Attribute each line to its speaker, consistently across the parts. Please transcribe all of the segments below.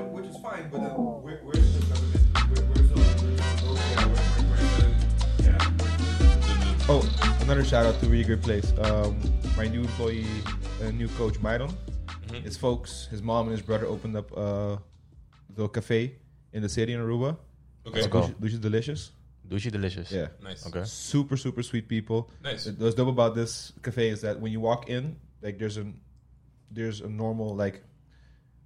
Speaker 1: understand, but then where, where's the government, where, where's the, where's the, where's the, yeah.
Speaker 2: Oh, another shout out to Really Good Place. Um, my new employee, uh, new coach, Myron. His folks, his mom and his brother opened up uh, the cafe in the city in Aruba.
Speaker 1: Okay,
Speaker 3: Let's go.
Speaker 2: Lucia Delicious.
Speaker 3: Douchey delicious.
Speaker 2: Yeah.
Speaker 1: nice.
Speaker 3: Okay.
Speaker 2: Super, super sweet people.
Speaker 1: Nice.
Speaker 2: What's dope about this cafe is that when you walk in, like there's an there's a normal like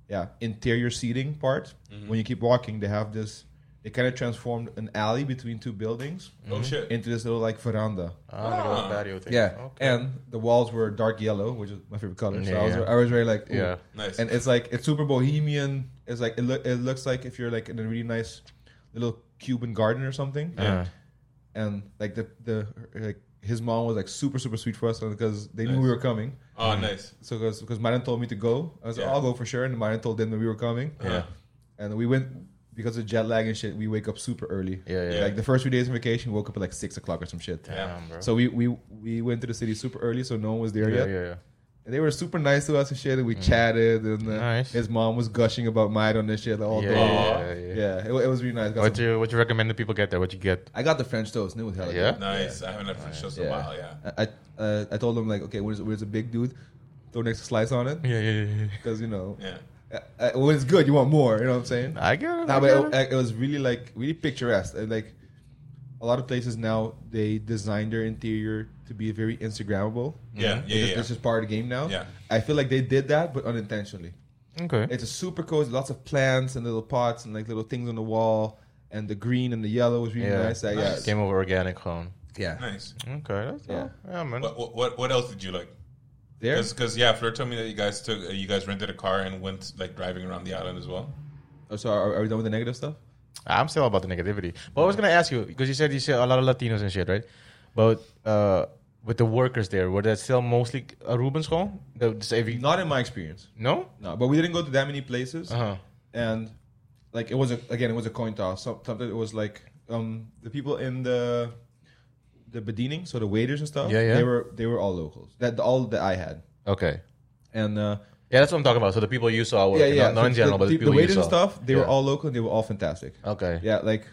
Speaker 2: yeah interior seating part. When you keep walking, they have this. They kind of transformed an alley between two buildings
Speaker 1: Oh shit.
Speaker 2: into this little like veranda.
Speaker 3: Ah, like a little patio thing.
Speaker 2: Yeah,
Speaker 3: Okay.
Speaker 2: and the walls were dark yellow, which is my favorite color. So I was,
Speaker 3: Yeah.
Speaker 2: I was very like, ooh.
Speaker 3: Yeah.
Speaker 1: Nice.
Speaker 2: And it's like it's super bohemian. It's like it, loo- it looks like if you're like in a really nice little Cuban garden or something.
Speaker 3: Yeah.
Speaker 2: And like the the like his mom was like super super sweet for us because they knew
Speaker 1: Nice.
Speaker 2: we were coming.
Speaker 1: oh, nice.
Speaker 2: So because because Myron told me to go, I was
Speaker 1: Yeah.
Speaker 2: like, I'll go for sure. And Myron told them that we were coming.
Speaker 1: Yeah.
Speaker 2: And we went because of jet lag and shit. We wake up super early.
Speaker 3: Yeah, yeah.
Speaker 2: Like the first few days of vacation, we woke up at like six o'clock or some shit.
Speaker 3: Damn, bro.
Speaker 2: So we, we we went to the city super early, so no one was there
Speaker 3: yeah,
Speaker 2: yet.
Speaker 3: yeah, yeah.
Speaker 2: And they were super nice to us and shit. And we chatted, and uh,
Speaker 3: Mm. Nice.
Speaker 2: his mom was gushing about Myron and shit all
Speaker 3: Yeah,
Speaker 2: day. Yeah,
Speaker 3: yeah, yeah, yeah.
Speaker 2: it, wa- it was really nice. Got
Speaker 3: What
Speaker 2: some-
Speaker 3: you what you recommend the people get there? What you get?
Speaker 2: I got the French toast, and it was hella
Speaker 3: Yeah?
Speaker 2: good.
Speaker 1: Nice. I haven't had French toast in a
Speaker 2: Yeah.
Speaker 1: while. Yeah.
Speaker 2: I I, uh, I told him like, okay, where's where's a big dude? Throw an extra slice on it
Speaker 3: Yeah, yeah, yeah.
Speaker 2: because you know
Speaker 1: Yeah.
Speaker 2: uh, uh, when it's good, you want more. You know what I'm saying?
Speaker 3: I get it.
Speaker 2: Nah,
Speaker 3: I
Speaker 2: but
Speaker 3: get
Speaker 2: it,
Speaker 3: it.
Speaker 2: it was really like really picturesque. And, like a lot of places now, they design their interior to be very Instagrammable.
Speaker 1: Yeah. Yeah.
Speaker 2: This-
Speaker 1: Yeah.
Speaker 2: This is part of the game now.
Speaker 1: Yeah.
Speaker 2: I feel like they did that, but unintentionally.
Speaker 3: Okay.
Speaker 2: It's a super cozy, lots of plants and little pots and like little things on the wall, and the green and the yellow was really
Speaker 3: Yeah.
Speaker 2: nice. Like,
Speaker 1: Nice.
Speaker 2: Yeah,
Speaker 3: Game over organic home.
Speaker 2: yeah.
Speaker 1: Nice.
Speaker 3: Okay, that's
Speaker 2: Yeah.
Speaker 3: yeah, yeah, man.
Speaker 1: What, what- what what else did you like?
Speaker 2: There,
Speaker 1: Because yeah, Fleur told me that you guys took uh, you guys rented a car and went like driving around the island as well.
Speaker 2: oh, so are, are we done with the negative stuff?
Speaker 3: I'm still about the negativity. But I was gonna ask you because you said you see a lot of Latinos and shit, right? But uh, with the workers there, were they still mostly uh, Rubens home? The, so if you,
Speaker 2: Not in my experience.
Speaker 3: no,
Speaker 2: No, but we didn't go to that many places.
Speaker 3: uh huh.
Speaker 2: and like it was a, again it was a coin toss. Some- Sometimes it was like um, the people in the the bediening, so the waiters and stuff.
Speaker 3: Yeah, yeah.
Speaker 2: They were they were all locals. That all that I had,
Speaker 3: Okay,
Speaker 2: and uh,
Speaker 3: yeah, that's what I'm talking about. So the people you saw, were,
Speaker 2: yeah, yeah.
Speaker 3: Oh, not, not in
Speaker 2: So
Speaker 3: general,
Speaker 2: the,
Speaker 3: but the
Speaker 2: the
Speaker 3: people you
Speaker 2: waiters
Speaker 3: saw.
Speaker 2: and stuff, they were
Speaker 3: Yeah.
Speaker 2: all local and they were all fantastic.
Speaker 3: Okay,
Speaker 2: Yeah, like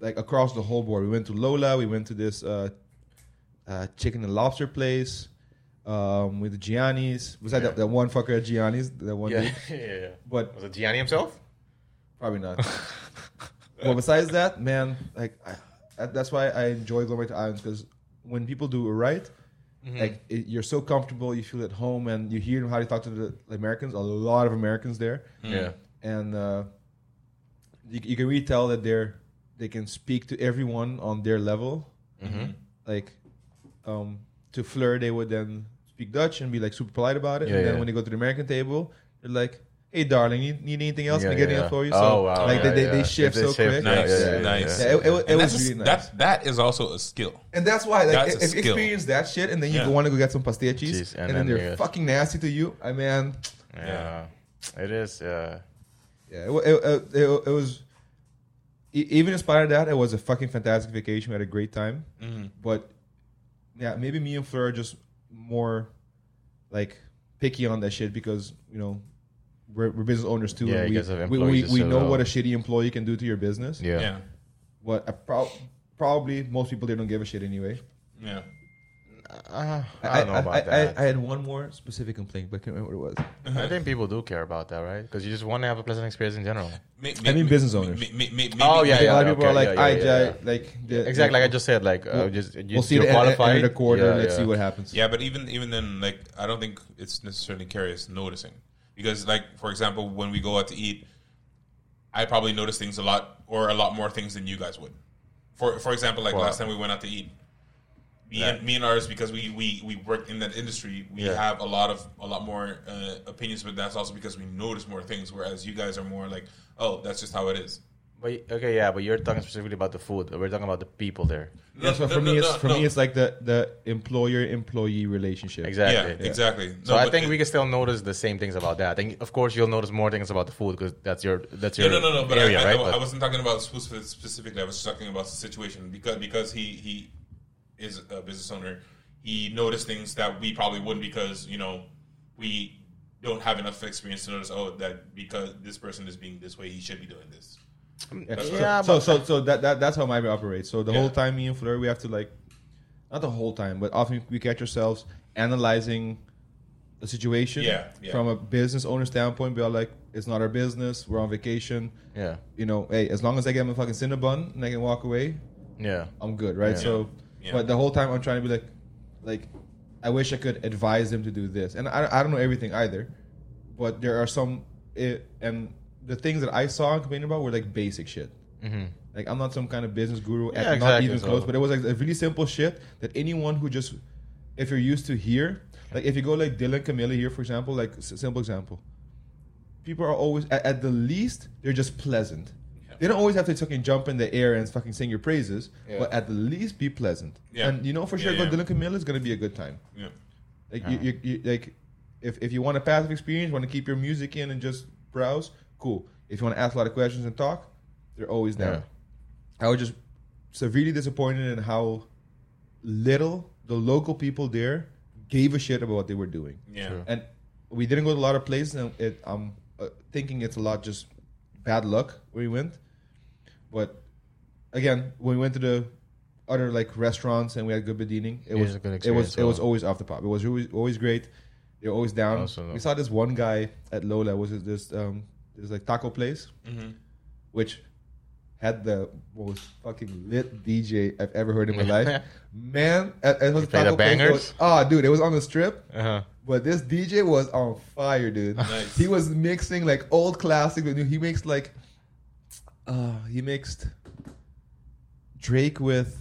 Speaker 2: like across the whole board. We went to Lola. We went to this uh, uh, chicken and lobster place. Um, with the Gianni's, besides that, that one fucker at Gianni's, that one
Speaker 3: yeah,
Speaker 2: dude,
Speaker 3: yeah, yeah.
Speaker 2: but
Speaker 3: Was it Gianni himself?
Speaker 2: Probably not. well, besides that, man, like I, that- that's why I enjoy going to islands because when people do it right, like it, you're so comfortable, you feel at home, and you hear how they talk to the Americans. A lot of Americans there,
Speaker 1: Hmm.
Speaker 3: Yeah,
Speaker 2: and uh, you, you can really tell that they're they can speak to everyone on their level.
Speaker 3: Mm-hmm.
Speaker 2: Like um, to Fleur, they would then speak Dutch and be like super polite about it.
Speaker 3: Yeah,
Speaker 2: and then
Speaker 3: yeah.
Speaker 2: when they go to the American table, they're like. Hey, darling, need, need anything else?
Speaker 3: yeah,
Speaker 2: Can I get
Speaker 3: yeah.
Speaker 2: anything for you?
Speaker 3: oh wow,
Speaker 2: like
Speaker 3: yeah,
Speaker 2: they,
Speaker 3: yeah.
Speaker 2: they, they shift
Speaker 3: They
Speaker 2: so quick.
Speaker 3: yeah,
Speaker 1: Nice,
Speaker 3: yeah, yeah, yeah.
Speaker 1: nice.
Speaker 2: Yeah, it, it, was- it
Speaker 1: And
Speaker 2: was
Speaker 1: that's a-
Speaker 2: really nice.
Speaker 1: that's that is also a skill.
Speaker 2: and that's why, like,
Speaker 1: that's a
Speaker 2: if you
Speaker 1: skill.
Speaker 2: experience that shit and then you
Speaker 1: Yeah.
Speaker 2: go want to go get some pastillas,
Speaker 3: Jeez,
Speaker 2: and, then, they're
Speaker 3: you-
Speaker 2: fucking nasty to you, I mean,
Speaker 3: Yeah. it is. Yeah,
Speaker 2: yeah, it, wa- it, it, it, it was. e- Even in spite of that, it was a fucking fantastic vacation. We had a great time,
Speaker 3: Mm-hmm.
Speaker 2: but yeah, maybe me and Fleur are just more like picky on that shit because you know we're, we're business owners too.
Speaker 3: Yeah,
Speaker 2: and
Speaker 3: you
Speaker 2: we,
Speaker 3: guys have
Speaker 2: we, we,
Speaker 3: employees
Speaker 2: we
Speaker 3: as
Speaker 2: know
Speaker 3: well.
Speaker 2: what a shitty employee can do to your business.
Speaker 3: yeah,
Speaker 1: Yeah.
Speaker 2: What I prob- probably most people they don't give a shit anyway.
Speaker 1: Yeah.
Speaker 3: Uh, I don't know about
Speaker 2: I,
Speaker 3: that.
Speaker 2: I, I had one more specific complaint, but I can't remember what it was.
Speaker 3: I
Speaker 1: Uh-huh.
Speaker 3: think people do care about that, right? Because you just want to have a pleasant experience in general.
Speaker 1: May-
Speaker 2: I mean
Speaker 1: may-
Speaker 2: business
Speaker 1: may-
Speaker 2: owners.
Speaker 1: may- may- may-
Speaker 3: Oh,
Speaker 1: maybe-
Speaker 3: yeah,
Speaker 2: I think a lot of
Speaker 3: yeah,
Speaker 2: people
Speaker 3: okay,
Speaker 2: are like,
Speaker 3: yeah,
Speaker 2: I
Speaker 3: yeah,
Speaker 2: jai-
Speaker 3: yeah.
Speaker 2: like the,
Speaker 3: Exactly, like I just said, like uh,
Speaker 2: We'll-
Speaker 3: just you,
Speaker 2: we'll see
Speaker 3: you're
Speaker 2: the end,
Speaker 3: qualified.
Speaker 2: end of the quarter.
Speaker 3: Yeah,
Speaker 2: let's
Speaker 3: yeah.
Speaker 2: see what happens.
Speaker 1: Yeah, but even even then, like I don't think it's necessarily curious noticing because, like for example, when we go out to eat, I probably notice things a lot or a lot more things than you guys would. For for example, like
Speaker 3: Well-
Speaker 1: last time we went out to eat, me
Speaker 3: Yeah.
Speaker 1: and me and ours because we we we work in that industry, we
Speaker 3: Yeah.
Speaker 1: have a lot of a lot more uh, opinions, but that's also because we notice more things. Whereas you guys are more like, oh, that's just how it is.
Speaker 3: But okay, yeah, but you're talking specifically about the food. We're talking about the people there.
Speaker 1: No,
Speaker 2: so
Speaker 1: no,
Speaker 2: for
Speaker 1: no,
Speaker 2: me, it's
Speaker 1: no,
Speaker 2: for
Speaker 1: no.
Speaker 2: me, it's like the the employer employee relationship.
Speaker 3: Exactly.
Speaker 1: yeah, exactly.
Speaker 3: So
Speaker 1: No,
Speaker 3: I
Speaker 1: but
Speaker 3: think
Speaker 1: it-
Speaker 3: we can still notice the same things about that. And of course, you'll notice more things about the food because that's your that's your
Speaker 1: no, no, no, no. But
Speaker 3: area,
Speaker 1: I, I,
Speaker 3: right?
Speaker 1: I,
Speaker 3: But-
Speaker 1: I wasn't talking about Spoos specifically. I was talking about the situation because because he he is a business owner. He noticed things that we probably wouldn't because you know we don't have enough experience to notice. Oh, that because this person is being this way, he should be doing this.
Speaker 2: Yeah, so-
Speaker 3: Yeah,
Speaker 2: so,
Speaker 3: but-
Speaker 2: so so that, that that's how Miami operates. So the
Speaker 1: Yeah.
Speaker 2: whole time me and Fleur, we have to like, not the whole time, but often we catch ourselves analyzing the situation
Speaker 1: Yeah, yeah.
Speaker 2: from a business owner standpoint. We are like, it's not our business. We're on vacation.
Speaker 3: yeah,
Speaker 2: You know, hey, as long as I get my fucking cinnabon and I can walk away,
Speaker 3: yeah.
Speaker 2: I'm good, right?
Speaker 3: Yeah.
Speaker 2: So,
Speaker 1: Yeah.
Speaker 2: but the whole time I'm trying to be like, like, I wish I could advise them to do this, and I, I don't know everything either, but there are some, it, and the things that I saw and complaining about were like basic shit.
Speaker 3: Mm-hmm.
Speaker 2: Like I'm not some kind of business guru,
Speaker 3: Yeah,
Speaker 2: and not
Speaker 3: exactly,
Speaker 2: even
Speaker 3: so-
Speaker 2: close. But it was like a really simple shit that anyone who just, if you're used to here, like if you go like Dylan Camilla here, for example, like s- simple example, people are always at, at the least they're just pleasant.
Speaker 1: Yeah.
Speaker 2: They don't always have to fucking jump in the air and fucking sing your praises,
Speaker 3: Yeah.
Speaker 2: but at the least be pleasant.
Speaker 1: Yeah.
Speaker 2: And you know for
Speaker 1: Yeah,
Speaker 2: sure, go
Speaker 1: yeah.
Speaker 2: Dylan Camilla is gonna be a good time.
Speaker 1: Yeah.
Speaker 2: Like you, you, you like if if you want a passive experience, want to keep your music in and just browse, cool. If you want to ask a lot of questions and talk, they're always down. I was just severely disappointed in how little the local people there gave a shit about what they were doing.
Speaker 1: Yeah.
Speaker 3: True.
Speaker 2: And we didn't go to a lot of places, and it, I'm uh, thinking it's a lot just bad luck where we went. But again, when we went to the other like restaurants and we had good bediening, it,
Speaker 3: It
Speaker 2: was
Speaker 3: is a good
Speaker 2: it was
Speaker 3: experience,
Speaker 2: it was
Speaker 3: so-
Speaker 2: always off the pop. It was always, always great. They're always down.
Speaker 3: Also, though.
Speaker 2: we saw this one guy at Lola. Was it this um this like taco place,
Speaker 1: Mm-hmm.
Speaker 2: which had the most fucking lit DJ I've ever heard in my life. Man, at, at his
Speaker 3: played the
Speaker 2: taco place, it was-
Speaker 3: bangers?
Speaker 2: Ah, dude, it was on the strip.
Speaker 3: Uh-huh.
Speaker 2: But this DJ was on fire, dude.
Speaker 1: Nice.
Speaker 2: He was mixing like old classic. with new- He mixed like, uh, he mixed Drake with,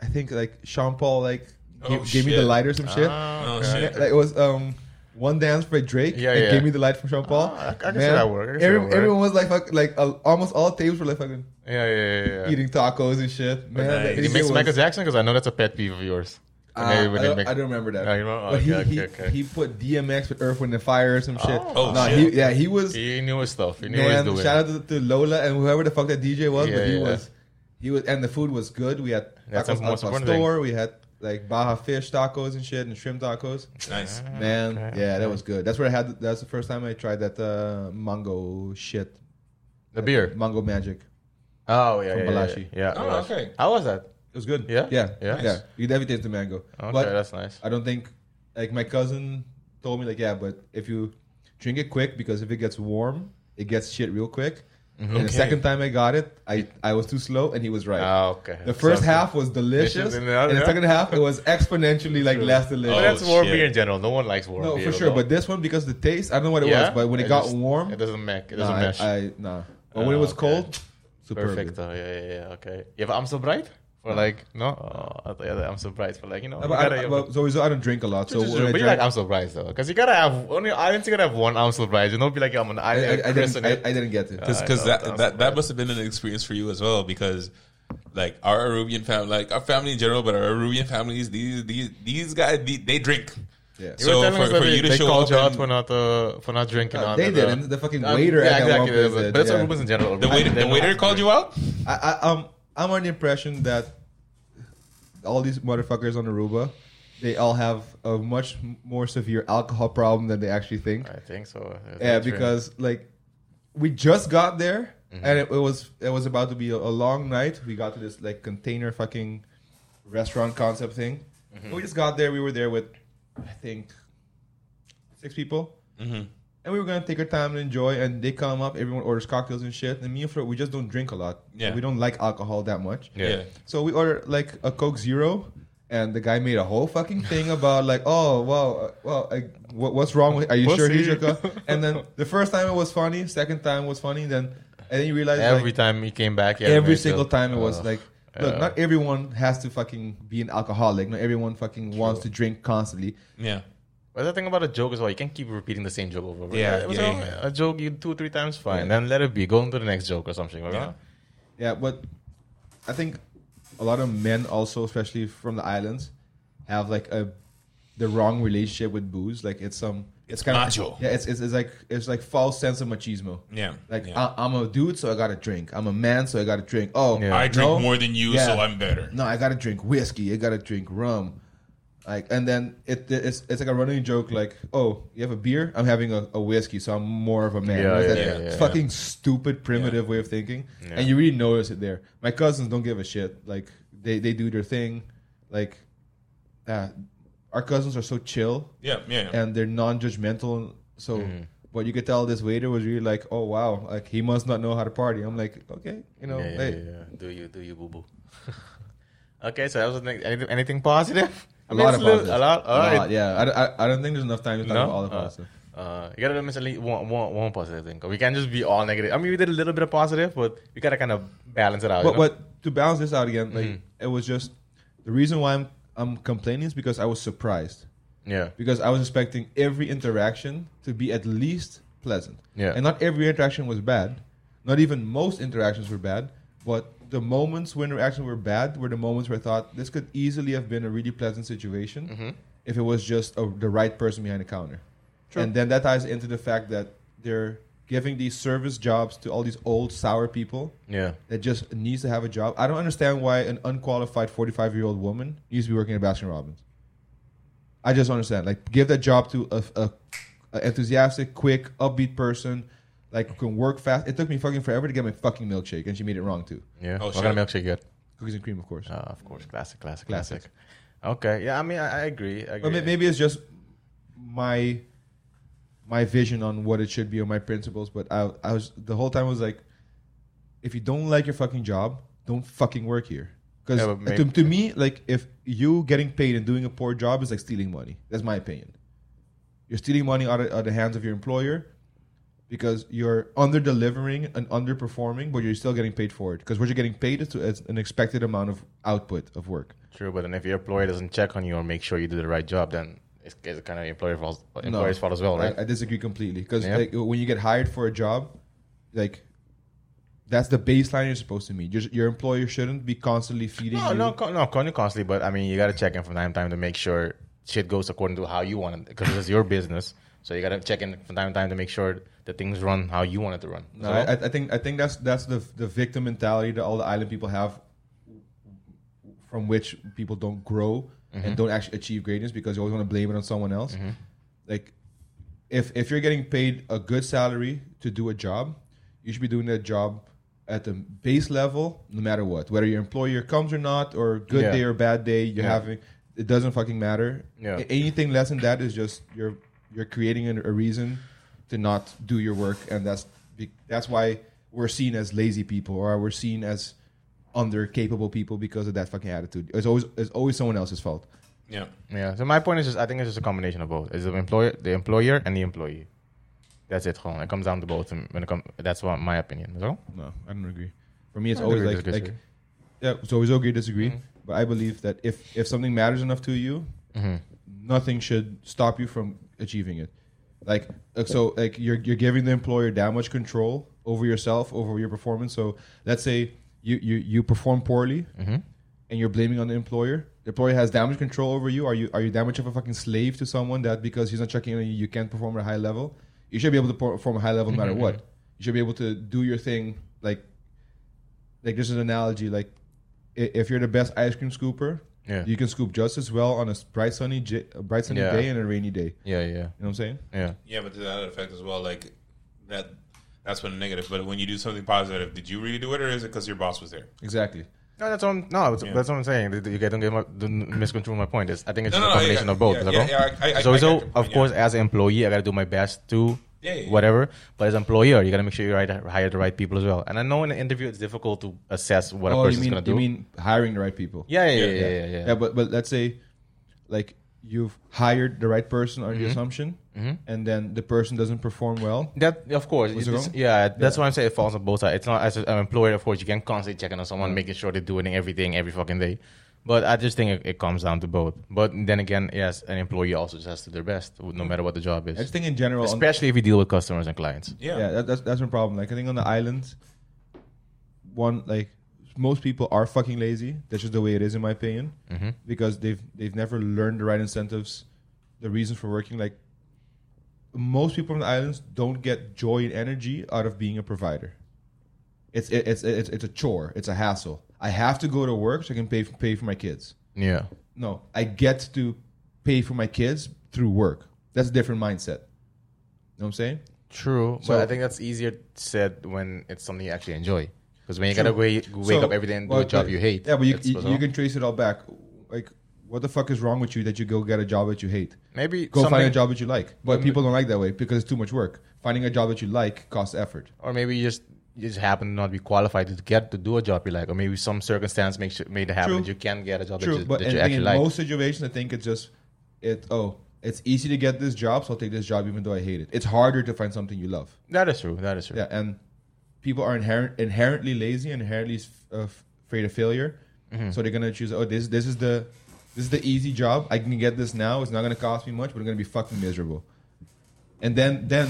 Speaker 2: I think like Sean Paul like
Speaker 1: Oh,
Speaker 2: gave, gave me the
Speaker 1: shit.
Speaker 2: light or some shit.
Speaker 3: Ah,
Speaker 1: Oh,
Speaker 3: okay.
Speaker 1: shit.
Speaker 2: Like it was um. One dance by Drake.
Speaker 3: Yeah,
Speaker 2: and
Speaker 3: yeah.
Speaker 2: Give me the light from Sean Paul.
Speaker 3: Ah, I- I can see that work. I can see
Speaker 2: every-
Speaker 3: that work.
Speaker 2: Everyone was like, fuck, like uh, almost all tables were like fucking
Speaker 3: Yeah, yeah, yeah. yeah.
Speaker 2: eating tacos and shit. Man,
Speaker 1: Nice.
Speaker 2: that
Speaker 1: He
Speaker 3: Did
Speaker 2: DJ
Speaker 3: he mix
Speaker 2: was-
Speaker 3: Michael Jackson? Because I know that's a pet peeve of yours.
Speaker 2: uh,
Speaker 3: Okay,
Speaker 2: I,
Speaker 3: when they
Speaker 2: don't,
Speaker 3: make-
Speaker 2: I don't remember that.
Speaker 3: No, you don't?
Speaker 2: But he,
Speaker 3: Okay,
Speaker 2: he,
Speaker 3: okay, okay.
Speaker 2: he put DMX with Earth, Wind, and Fire or some shit.
Speaker 3: Oh.
Speaker 2: Nah,
Speaker 1: shit.
Speaker 2: He, yeah, he was.
Speaker 3: He knew his stuff. He knew
Speaker 2: man,
Speaker 3: what he was doing.
Speaker 2: shout out to, to Lola and whoever the fuck that DJ was, but
Speaker 3: Yeah,
Speaker 2: he
Speaker 3: yeah.
Speaker 2: was, he was, and the food was good. We had
Speaker 3: That's
Speaker 2: tacos
Speaker 3: the
Speaker 2: al
Speaker 3: most
Speaker 2: pastor.
Speaker 3: important thing.
Speaker 2: We had like Baja fish tacos and shit, and shrimp tacos.
Speaker 1: Nice.
Speaker 2: Man,
Speaker 3: okay,
Speaker 2: yeah, that
Speaker 3: okay.
Speaker 2: was good. That's where I had. That's the first time I tried that uh, mango shit,
Speaker 3: the beer.
Speaker 2: mango magic.
Speaker 3: Oh yeah,
Speaker 2: From
Speaker 3: yeah, yeah,
Speaker 2: Balashi.
Speaker 3: yeah.
Speaker 1: Oh,
Speaker 3: Balashi.
Speaker 1: okay.
Speaker 3: How was that?
Speaker 2: It was good.
Speaker 3: Yeah?
Speaker 2: yeah,
Speaker 3: Yeah?
Speaker 2: yeah. You definitely taste the mango.
Speaker 3: Okay,
Speaker 2: But
Speaker 3: that's nice.
Speaker 2: I don't think like my cousin told me like yeah, but if you drink it quick because if it gets warm, it gets shit real quick.
Speaker 3: Mm-hmm.
Speaker 2: And the
Speaker 1: Okay.
Speaker 2: second time I got it, I I was too slow and he was right.
Speaker 3: Ah, okay.
Speaker 2: the first
Speaker 3: Sounds
Speaker 2: half was delicious,
Speaker 3: Delicious
Speaker 2: and
Speaker 3: and
Speaker 2: the,
Speaker 3: the other-
Speaker 2: second half it was exponentially like less
Speaker 3: good. But
Speaker 1: Oh,
Speaker 2: delicious.
Speaker 3: that's warm
Speaker 1: shit.
Speaker 3: beer in general. No one likes warm
Speaker 2: no,
Speaker 3: beer.
Speaker 2: for sure.
Speaker 3: though.
Speaker 2: But this one because the taste, I don't know what it
Speaker 3: Yeah?
Speaker 2: was, but when it,
Speaker 3: It
Speaker 2: got
Speaker 3: just-
Speaker 2: warm,
Speaker 3: it doesn't make.
Speaker 2: nah,
Speaker 3: It doesn't
Speaker 2: I,
Speaker 3: mesh.
Speaker 2: I- nah. But when it
Speaker 3: Ah,
Speaker 2: was
Speaker 3: okay.
Speaker 2: cold, super
Speaker 3: Perfect. Oh, yeah, yeah, yeah. Okay. Yeah, but I'm so bright. For like, no, oh, I- yeah, I'm so bright. For like, you know, you
Speaker 2: But I,
Speaker 3: gotta-
Speaker 2: but so, so I don't drink a lot. So
Speaker 3: True, true,
Speaker 2: when
Speaker 3: true.
Speaker 2: I
Speaker 3: but you
Speaker 2: drink-
Speaker 3: like I'm surprised though, because you gotta have only. I didn't think I'd have one I'm surprised. You don't be like I'm an I.
Speaker 2: I, I, I didn't,
Speaker 3: christen
Speaker 2: I,
Speaker 3: it.
Speaker 2: I didn't get it.
Speaker 3: Yeah.
Speaker 1: Because
Speaker 3: I
Speaker 1: because
Speaker 3: know,
Speaker 1: that
Speaker 3: that's
Speaker 1: that, that
Speaker 3: right.
Speaker 1: must have been an experience for you as well because like our Arubian family like our family in general but our Arubian families these these these guys they, they drink
Speaker 2: Yeah.
Speaker 3: You were
Speaker 1: so
Speaker 3: telling
Speaker 1: for,
Speaker 3: us that
Speaker 1: for
Speaker 3: they,
Speaker 1: you to
Speaker 3: they
Speaker 1: show
Speaker 3: called
Speaker 1: up
Speaker 3: you out
Speaker 1: and-
Speaker 3: for not uh, for not drinking.
Speaker 2: No,
Speaker 3: on
Speaker 2: they
Speaker 3: the-
Speaker 2: didn't. The fucking
Speaker 3: Um,
Speaker 2: waiter
Speaker 3: yeah,
Speaker 2: at that one
Speaker 3: exactly.
Speaker 2: place
Speaker 3: but,
Speaker 2: did,
Speaker 3: but that's
Speaker 2: yeah.
Speaker 3: what Rubens in general.
Speaker 1: the waiter the waiter called you out
Speaker 2: I, I um I'm under the impression that all these motherfuckers on Aruba, they all have a much m- more severe alcohol problem than they actually think.
Speaker 3: I think so. That's
Speaker 2: Yeah,
Speaker 3: true.
Speaker 2: because like we just got there and it, it was it was about to be a, a long night. We got to this like container fucking restaurant concept thing. We just got there. We were there with I think six people.
Speaker 1: Mhm.
Speaker 2: And we were gonna take our time and enjoy. And they come up. Everyone orders cocktails and shit. And me and Flo, we just don't drink a lot.
Speaker 1: Yeah.
Speaker 2: We don't like alcohol that much.
Speaker 3: yeah.
Speaker 1: yeah
Speaker 2: So we ordered like a Coke Zero, and the guy made a whole fucking thing about like, oh well, uh, well, I, what, what's wrong with? Are you
Speaker 3: We'll
Speaker 2: sure he's
Speaker 3: see.
Speaker 2: your Coke? And then the first time it was funny, second time was funny, then and then you realize
Speaker 3: every
Speaker 2: like,
Speaker 3: time he came back, yeah,
Speaker 2: every
Speaker 3: made
Speaker 2: single
Speaker 3: the-
Speaker 2: time it was
Speaker 3: Ugh.
Speaker 2: like, look,
Speaker 3: Yeah.
Speaker 2: not everyone has to fucking be an alcoholic. Not everyone fucking wants to drink constantly.
Speaker 1: yeah
Speaker 3: But the thing about a joke as well, you can't keep repeating the same joke over. and over.
Speaker 1: Yeah,
Speaker 3: It was
Speaker 1: yeah,
Speaker 3: all-
Speaker 1: yeah.
Speaker 3: a joke you two three times, fine.
Speaker 2: Yeah.
Speaker 3: Then let it be. Go into the next joke or something. Right?
Speaker 1: Yeah.
Speaker 2: Yeah, but I think a lot of men also, especially from the islands, have like a the wrong relationship with booze. Like it's some
Speaker 1: It's
Speaker 2: kinda-
Speaker 1: macho.
Speaker 2: Yeah, it's, it's it's like it's like false sense of machismo.
Speaker 1: yeah
Speaker 2: Like
Speaker 1: yeah.
Speaker 2: I, I'm a dude, so I gotta drink. I'm a man, so I gotta drink. Oh,
Speaker 3: Yeah.
Speaker 1: I drink
Speaker 2: no,
Speaker 1: more than you
Speaker 2: Yeah.
Speaker 1: so I'm better
Speaker 2: No, I gotta drink whiskey. I gotta drink rum. Like and then it it's it's like a running joke like oh you have a beer I'm having a, a whiskey so I'm more of a man
Speaker 3: Yeah,
Speaker 2: It's
Speaker 3: yeah,
Speaker 2: that
Speaker 1: yeah, yeah,
Speaker 2: fucking stupid primitive way of thinking and you really notice it there my cousins don't give a shit like they they do their thing like uh, our cousins are so chill
Speaker 1: Yeah, yeah, yeah.
Speaker 2: and they're non-judgmental. So,
Speaker 3: Mm-hmm.
Speaker 2: but you could tell this waiter was really like, "Oh wow, like he must not know how to party." I'm like, "Okay, you know,
Speaker 3: yeah, yeah,
Speaker 2: hey,
Speaker 3: yeah, yeah. Do you, do you, boo boo. okay, so that was the thing. anything, anything positive?
Speaker 2: a lot of
Speaker 3: Let's look-
Speaker 2: positives.
Speaker 3: A lot? All right.
Speaker 2: yeah. I, I, I don't think there's enough time to talk
Speaker 3: No?
Speaker 2: about all the
Speaker 3: Uh,
Speaker 2: positive.
Speaker 3: Uh, you gotta let me at least one, one, one positive thing. We can't just be all negative. I mean, we did a little bit of positive, but we gotta kind of balance it out.
Speaker 2: But
Speaker 3: you know?
Speaker 2: but to balance this out again, like
Speaker 3: Mm-hmm.
Speaker 2: it was just the reason why I'm I'm complaining is because I was surprised
Speaker 3: Yeah.
Speaker 2: because I was expecting every interaction to be at least pleasant.
Speaker 3: Yeah.
Speaker 2: And not every interaction was bad. Not even most interactions were bad, but the moments when interactions were bad were the moments where I thought this could easily have been a really pleasant situation if it was just a, the right person behind the counter. And then that ties into the fact that they're giving these service jobs to all these old sour people
Speaker 3: Yeah.
Speaker 2: that just needs to have a job. I don't understand why an unqualified 45 year old woman needs to be working at Baskin Robbins. I just don't understand. Like, give that job to a, a, a enthusiastic, quick, upbeat person, like who can work fast. It took me fucking forever to get my fucking milkshake, and she made it wrong too.
Speaker 3: Yeah.
Speaker 1: Oh,
Speaker 3: what kind of milkshake you got?
Speaker 2: Cookies and cream, of course.
Speaker 3: Uh, of course, classic, classic, classic.
Speaker 2: Classic.
Speaker 3: Okay. Yeah. I mean, I, I agree. I agree.
Speaker 2: But may- maybe it's just my my vision on what it should be or my principles. But I, I was the whole time was like, if you don't like your fucking job, don't fucking work here. Because
Speaker 3: Yeah, but
Speaker 2: to,
Speaker 3: maybe-
Speaker 2: to me, like if you getting paid and doing a poor job is like stealing money. That's my opinion. You're stealing money out of, out of the hands of your employer because you're under delivering and underperforming, but you're still getting paid for it. Because what you're getting paid is, to, is an expected amount of output of work.
Speaker 3: True, but then if your employer doesn't check on you or make sure you do the right job, then it's, it's kind of employer fault, employer's fault as well, right?
Speaker 2: I, I disagree completely because
Speaker 3: Yeah.
Speaker 2: like when you get hired for a job, like that's the baseline you're supposed to meet. Your, your employer shouldn't be constantly feeding
Speaker 3: no,
Speaker 2: you.
Speaker 3: no, con- no, con- constantly, but I mean, you gotta check in from time to time to make sure shit goes according to how you want it, because it's your business. So you gotta check in from time to time to make sure that things run how you want it to run.
Speaker 2: No, I,
Speaker 3: So-
Speaker 2: I think I think that's that's the the victim mentality that all the island people have, from which people don't grow and don't actually achieve greatness because you always want to blame it on someone else. Like, if if you're getting paid a good salary to do a job, you should be doing that job at the base level, no matter what, whether your employer comes or not, or good
Speaker 3: Yeah.
Speaker 2: day or bad day you're
Speaker 3: Yeah.
Speaker 2: having, it doesn't fucking matter.
Speaker 3: Yeah.
Speaker 2: A- Anything less than that is just you're you're creating a, a reason to not do your work, and that's be- that's why we're seen as lazy people or we're seen as under capable people because of that fucking attitude. It's always it's always someone else's fault.
Speaker 1: yeah.
Speaker 3: Yeah. So my point is, just, I think it's just a combination of both. It's the employer, the employer, and the employee. That's it. Home. It comes down to both. and When it come, that's what my opinion. So
Speaker 2: No, I don't agree. For me, it's
Speaker 3: I
Speaker 2: always
Speaker 3: agree,
Speaker 2: like,
Speaker 3: disagree. Mm-hmm.
Speaker 2: like yeah, it's always okay to disagree. But I believe that if if something matters enough to you,
Speaker 3: Mm-hmm.
Speaker 2: nothing should stop you from achieving it. Like uh, so, like you're you're giving the employer that much control over yourself, over your performance. So let's say you you you perform poorly,
Speaker 3: Mm-hmm.
Speaker 2: and you're blaming on the employer. The employer has damage control over you. Are you are you that much of a fucking slave to someone that because he's not checking on you, you can't perform at a high level? You should be able to per- perform at a high level no matter
Speaker 3: Mm-hmm,
Speaker 2: what. You should be able to do your thing. Like, like this is an analogy. Like, i- if you're the best ice cream scooper,
Speaker 3: Yeah.
Speaker 2: you can scoop just as well on a s- bright sunny j- a bright sunny
Speaker 3: Yeah.
Speaker 2: day and a rainy day.
Speaker 3: yeah, yeah,
Speaker 2: You know what I'm saying?
Speaker 3: yeah.
Speaker 1: Yeah, but to that effect as well, like that that's when negative. But when you do something positive, did you really do it or is it because your boss was there?
Speaker 2: Exactly.
Speaker 3: No, that's what I'm, no, that's,
Speaker 1: Yeah.
Speaker 3: that's what I'm saying. You guys don't, get my, don't misconstrue my point. It's, I think it's
Speaker 1: No, no,
Speaker 3: just a
Speaker 1: no,
Speaker 3: combination
Speaker 1: yeah,
Speaker 3: of both.
Speaker 1: yeah,
Speaker 3: is that
Speaker 1: yeah,
Speaker 3: wrong?
Speaker 1: yeah, I- I- I- I
Speaker 3: so, so
Speaker 1: get your
Speaker 3: of
Speaker 1: point,
Speaker 3: course, as an employee, I gotta do my best to
Speaker 1: Yeah, yeah, yeah.
Speaker 3: whatever. But as an employer, you gotta make sure you hire, hire the right people as well. And I know in an interview, it's difficult to assess what a
Speaker 2: oh, you
Speaker 3: person's
Speaker 2: mean
Speaker 3: gonna do.
Speaker 2: you mean hiring the right people?
Speaker 3: yeah, yeah, yeah,
Speaker 1: Yeah,
Speaker 3: yeah, yeah, yeah.
Speaker 2: but but let's say, like you've hired the right person
Speaker 3: Mm-hmm.
Speaker 2: on the assumption, and then the person doesn't perform well.
Speaker 3: That of course,
Speaker 2: Was it
Speaker 3: it's-
Speaker 2: wrong?
Speaker 3: yeah, that's why I'm saying it falls on both sides. It's not as an employer, of course, you can constantly check in on
Speaker 2: Mm.
Speaker 3: someone, making sure they're doing everything every fucking day. But I just think it, it comes down to both. But then again, yes, an employee also just has to do their best, no matter what the job
Speaker 2: I just
Speaker 3: is.
Speaker 2: think in general, on-
Speaker 3: Especially if you deal with customers and clients.
Speaker 1: Yeah.
Speaker 2: yeah, that, that's that's my problem. Like I think on the island, one like most people are fucking lazy. That's just the way it is, in my opinion, because they've they've never learned the right incentives, the reasons for working. Like most people on the islands don't get joy and energy out of being a provider. It's it, it's it's it's a chore. It's a hassle. I have to go to work so I can pay pay for my kids.
Speaker 3: Yeah,
Speaker 2: No, I get to pay for my kids through work. That's a different mindset. You know what I'm saying?
Speaker 3: True,
Speaker 2: So-
Speaker 3: but I think that's easier said when it's something you actually enjoy. Because when you gotta wake, wake
Speaker 2: So-
Speaker 3: up every day and do
Speaker 2: well,
Speaker 3: a job
Speaker 2: but-
Speaker 3: you hate,
Speaker 2: Yeah, but you,
Speaker 3: it's
Speaker 2: you,
Speaker 3: possible.
Speaker 2: you can trace it all back. Like, what the fuck is wrong with you that you go get a job that you hate?
Speaker 3: maybe
Speaker 2: Go
Speaker 3: something,
Speaker 2: find a job that you like. But people don't like that way because it's too much work. Finding a job that you like costs effort.
Speaker 3: or maybe you just you just happen to not be qualified to get to do a job you like, or maybe some circumstance makes you- made it happen
Speaker 2: True.
Speaker 3: that you can get a job
Speaker 2: True,
Speaker 3: that you,
Speaker 2: but
Speaker 3: that you
Speaker 2: in,
Speaker 3: actually
Speaker 2: in
Speaker 3: like.
Speaker 2: most situations, I think it's just it. Oh, it's easy to get this job, so I'll take this job even though I hate it. It's harder to find something you love.
Speaker 3: that is true. That is true.
Speaker 2: Yeah, and people are inherent, inherently lazy and inherently f- uh, f- afraid of failure, so they're gonna choose. Oh, this this is the this is the easy job. I can get this now. It's not gonna cost me much, but I'm gonna be fucking miserable. And then then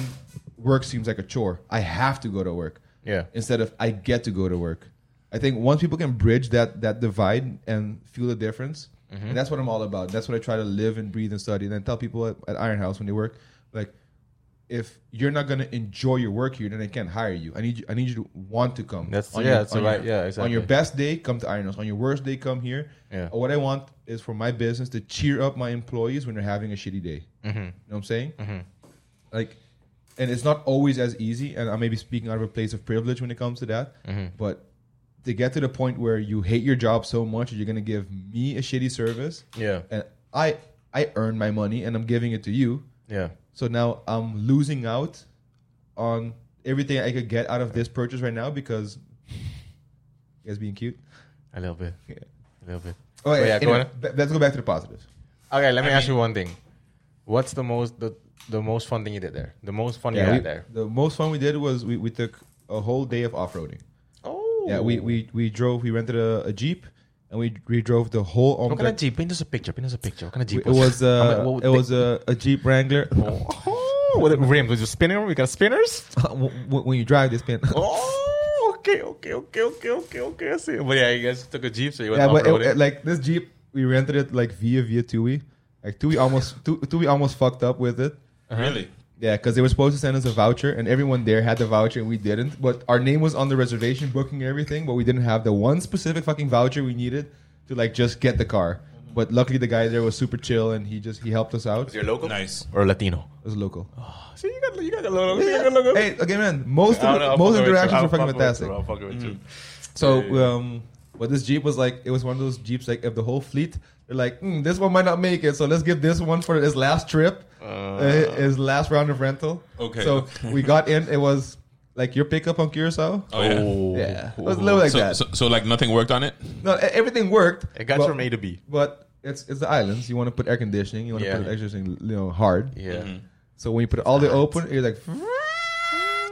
Speaker 2: work seems like a chore. I have to go to work
Speaker 3: Yeah.
Speaker 2: instead of I get to go to work. I think once people can bridge that that divide and feel the difference,
Speaker 3: Mm-hmm.
Speaker 2: and that's what I'm all about. That's what I try to live and breathe and study. And I tell people at, at Iron House when they work, like, if you're not gonna enjoy your work here, then I can't hire you. I need you, I need you to want to come.
Speaker 3: That's- yeah, that's
Speaker 2: on
Speaker 3: right.
Speaker 2: your-
Speaker 3: Yeah,
Speaker 2: On your
Speaker 3: exactly.
Speaker 2: best day, come to Iron House. On your worst day, come here.
Speaker 3: Yeah.
Speaker 2: What I want is for my business to cheer up my employees when they're having a shitty day. You know what I'm saying? like and it's not always as easy and i may be speaking out of a place of privilege when it comes to that but to get to the point where you hate your job so much that you're going to give me a shitty service
Speaker 3: Yeah.
Speaker 2: and i i earn my money and i'm giving it to you
Speaker 3: Yeah.
Speaker 2: so now i'm losing out on everything i could get out of this purchase right now because you guys being cute
Speaker 3: A little bit.
Speaker 2: Yeah.
Speaker 3: A little bit.
Speaker 2: oh
Speaker 3: yeah,
Speaker 2: yeah
Speaker 3: go
Speaker 2: anyway,
Speaker 3: on.
Speaker 2: ba- let's go back to the positives
Speaker 3: Okay, let me
Speaker 1: I
Speaker 3: ask
Speaker 1: mean-
Speaker 3: you one thing. What's the most the, the most fun thing you did there? The most fun you
Speaker 2: we-
Speaker 3: had there.
Speaker 2: the most fun we did was we, we took a whole day of off-roading
Speaker 3: Oh.
Speaker 2: Yeah, we, we, we drove. We rented a, a jeep, and we we drove the whole.
Speaker 3: What kind of
Speaker 2: Omdurman.
Speaker 3: jeep? Paint us a picture. Paint us a picture. What kind of jeep?
Speaker 2: It was
Speaker 3: How
Speaker 2: uh,
Speaker 3: many- what-
Speaker 2: it was a, a Jeep Wrangler.
Speaker 3: Oh, with rims. Was it spinning? We got spinners.
Speaker 2: When- when you drive this pin,
Speaker 3: Oh, okay, okay, okay, okay, okay, okay. I see. But yeah, you guys took a jeep, so you went
Speaker 2: yeah, but it,
Speaker 3: off-roading.
Speaker 2: it- like this Jeep, we rented it like via via Tui. Like Tui almost Tu- Tui almost fucked up with it.
Speaker 3: Uh-huh.
Speaker 1: Really?
Speaker 2: Yeah, because they were supposed to send us a voucher, and everyone there had the voucher, and we didn't. But our name was on the reservation, booking everything, but we didn't have the one specific fucking voucher we needed to like just get the car. But luckily, the guy there was super chill, and he just he helped us out.
Speaker 3: was
Speaker 2: It
Speaker 3: your local
Speaker 1: Nice.
Speaker 3: or Latino?
Speaker 2: was local.
Speaker 3: See, you got you got a local.
Speaker 2: Oh. Yeah. Hey, again, man. Most
Speaker 3: I don't know,
Speaker 2: of,
Speaker 3: I'll
Speaker 2: most
Speaker 3: fuck with you.
Speaker 2: interactions
Speaker 3: I'll
Speaker 2: were fucking
Speaker 3: fuck with you.
Speaker 2: fantastic.
Speaker 3: I'll fuck with you.
Speaker 1: Mm.
Speaker 2: So, um, but this jeep was like it was one of those jeeps like if the whole fleet they're like mm, this one might not make it, so let's give this one for his last trip, uh, his last round of rental.
Speaker 1: Okay.
Speaker 2: So we got in. It was like your pickup on Curacao.
Speaker 1: Oh, yeah.
Speaker 2: Yeah, it was a little like
Speaker 1: so,
Speaker 2: that.
Speaker 1: So, so, like, nothing worked on it?
Speaker 2: no, e- everything worked.
Speaker 3: It got
Speaker 2: but,
Speaker 3: from A to B.
Speaker 2: but it's it's the islands. You want to put air conditioning. You want to
Speaker 3: Yeah.
Speaker 2: put air conditioning, you know, hard.
Speaker 3: Yeah.
Speaker 1: Mm-hmm.
Speaker 2: So when you put it all the open, you're like,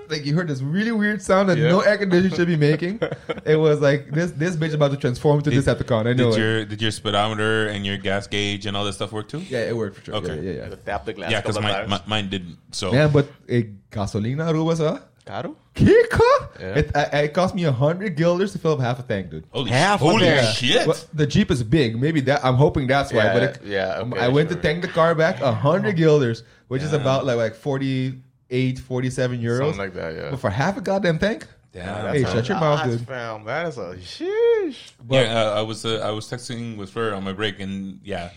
Speaker 2: like you heard this really weird sound that
Speaker 3: Yeah.
Speaker 2: no air conditioning should be making. It was like this this bitch about to transform to Decepticon. I know
Speaker 1: Did
Speaker 2: it.
Speaker 1: your, did your speedometer and your gas gauge and all that stuff work too?
Speaker 2: yeah, it worked for sure.
Speaker 1: Okay. Oh.
Speaker 2: Yeah, yeah, yeah.
Speaker 3: Tap the glass.
Speaker 1: Yeah, because mine, mi- mine didn't. So,
Speaker 2: Man, but a gasolina ruba sa
Speaker 3: Caro?
Speaker 2: kika.
Speaker 3: Yeah.
Speaker 2: It, I- it cost me a hundred guilders to fill up half a tank, dude.
Speaker 1: holy,
Speaker 3: Half
Speaker 1: holy
Speaker 3: of it.
Speaker 1: shit.
Speaker 2: Well, the jeep is big. Maybe that I'm hoping that's why.
Speaker 3: Yeah,
Speaker 2: but it,
Speaker 3: yeah, okay,
Speaker 2: I went
Speaker 3: sure. Oh.
Speaker 2: to tank the car back a hundred guilders, which is about like like 48, 47 euros.
Speaker 3: Something like that. Yeah.
Speaker 2: But for half a goddamn tank,
Speaker 1: Damn.
Speaker 2: Hey, shut your mouth, dude.
Speaker 3: Fam, that is a sheesh.
Speaker 1: yeah, uh, I was uh, I was texting with her on my break, and yeah,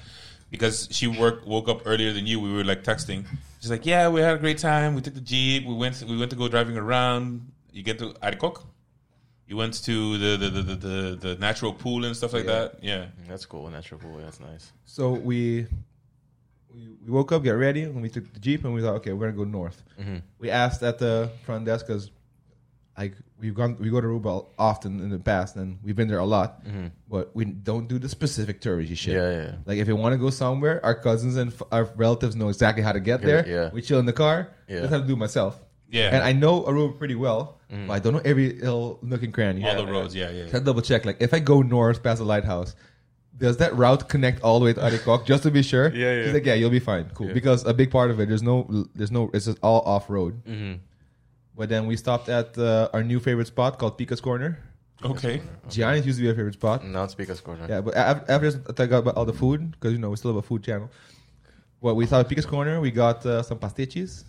Speaker 1: because she work woke up earlier than you, we were like texting. She's like, "Yeah, we had a great time. We took the jeep. We went we went to go driving around. You get to Arikok. You went to the the, the, the, the the natural pool and stuff like that. Yeah,
Speaker 3: That's cool. Natural cool. That's nice.
Speaker 2: So we, we we woke up, get ready, and we took the jeep, and we thought, okay, we're gonna go north.
Speaker 3: Mm-hmm.
Speaker 2: We asked at the front desk because, like, we've gone, we go to Rubal often in the past, and we've been there a lot,
Speaker 3: Mm-hmm.
Speaker 2: but we don't do the specific touristy shit.
Speaker 3: Yeah, yeah, yeah.
Speaker 2: Like, if we want to go somewhere, our cousins and f- our relatives know exactly how to get there.
Speaker 3: yeah.
Speaker 2: we chill in the car.
Speaker 3: Yeah.
Speaker 2: That's how to do it myself.
Speaker 1: Yeah. Mm-hmm.
Speaker 2: and I know Aruba pretty well, but I don't know every little nook and cranny.
Speaker 1: all the roads. Yeah, yeah.
Speaker 2: Can I double check? Like, if I go north past the lighthouse, does that route connect all the way to Arikok just to be sure?
Speaker 3: Yeah, yeah.
Speaker 2: She's like, yeah, you'll be fine. Cool. Because a big part of it, there's no, there's no, it's just all off road.
Speaker 1: Mm-hmm.
Speaker 2: But then we stopped at uh, our new favorite spot called Pika's Corner.
Speaker 1: Okay.
Speaker 2: Giannis used to be our favorite spot.
Speaker 3: Now speak us, Gordon.
Speaker 2: Yeah, but af- after this, I got about all the food because you know we still have a food channel. Well, we stopped at Pika's Corner. We got uh, some pastiches,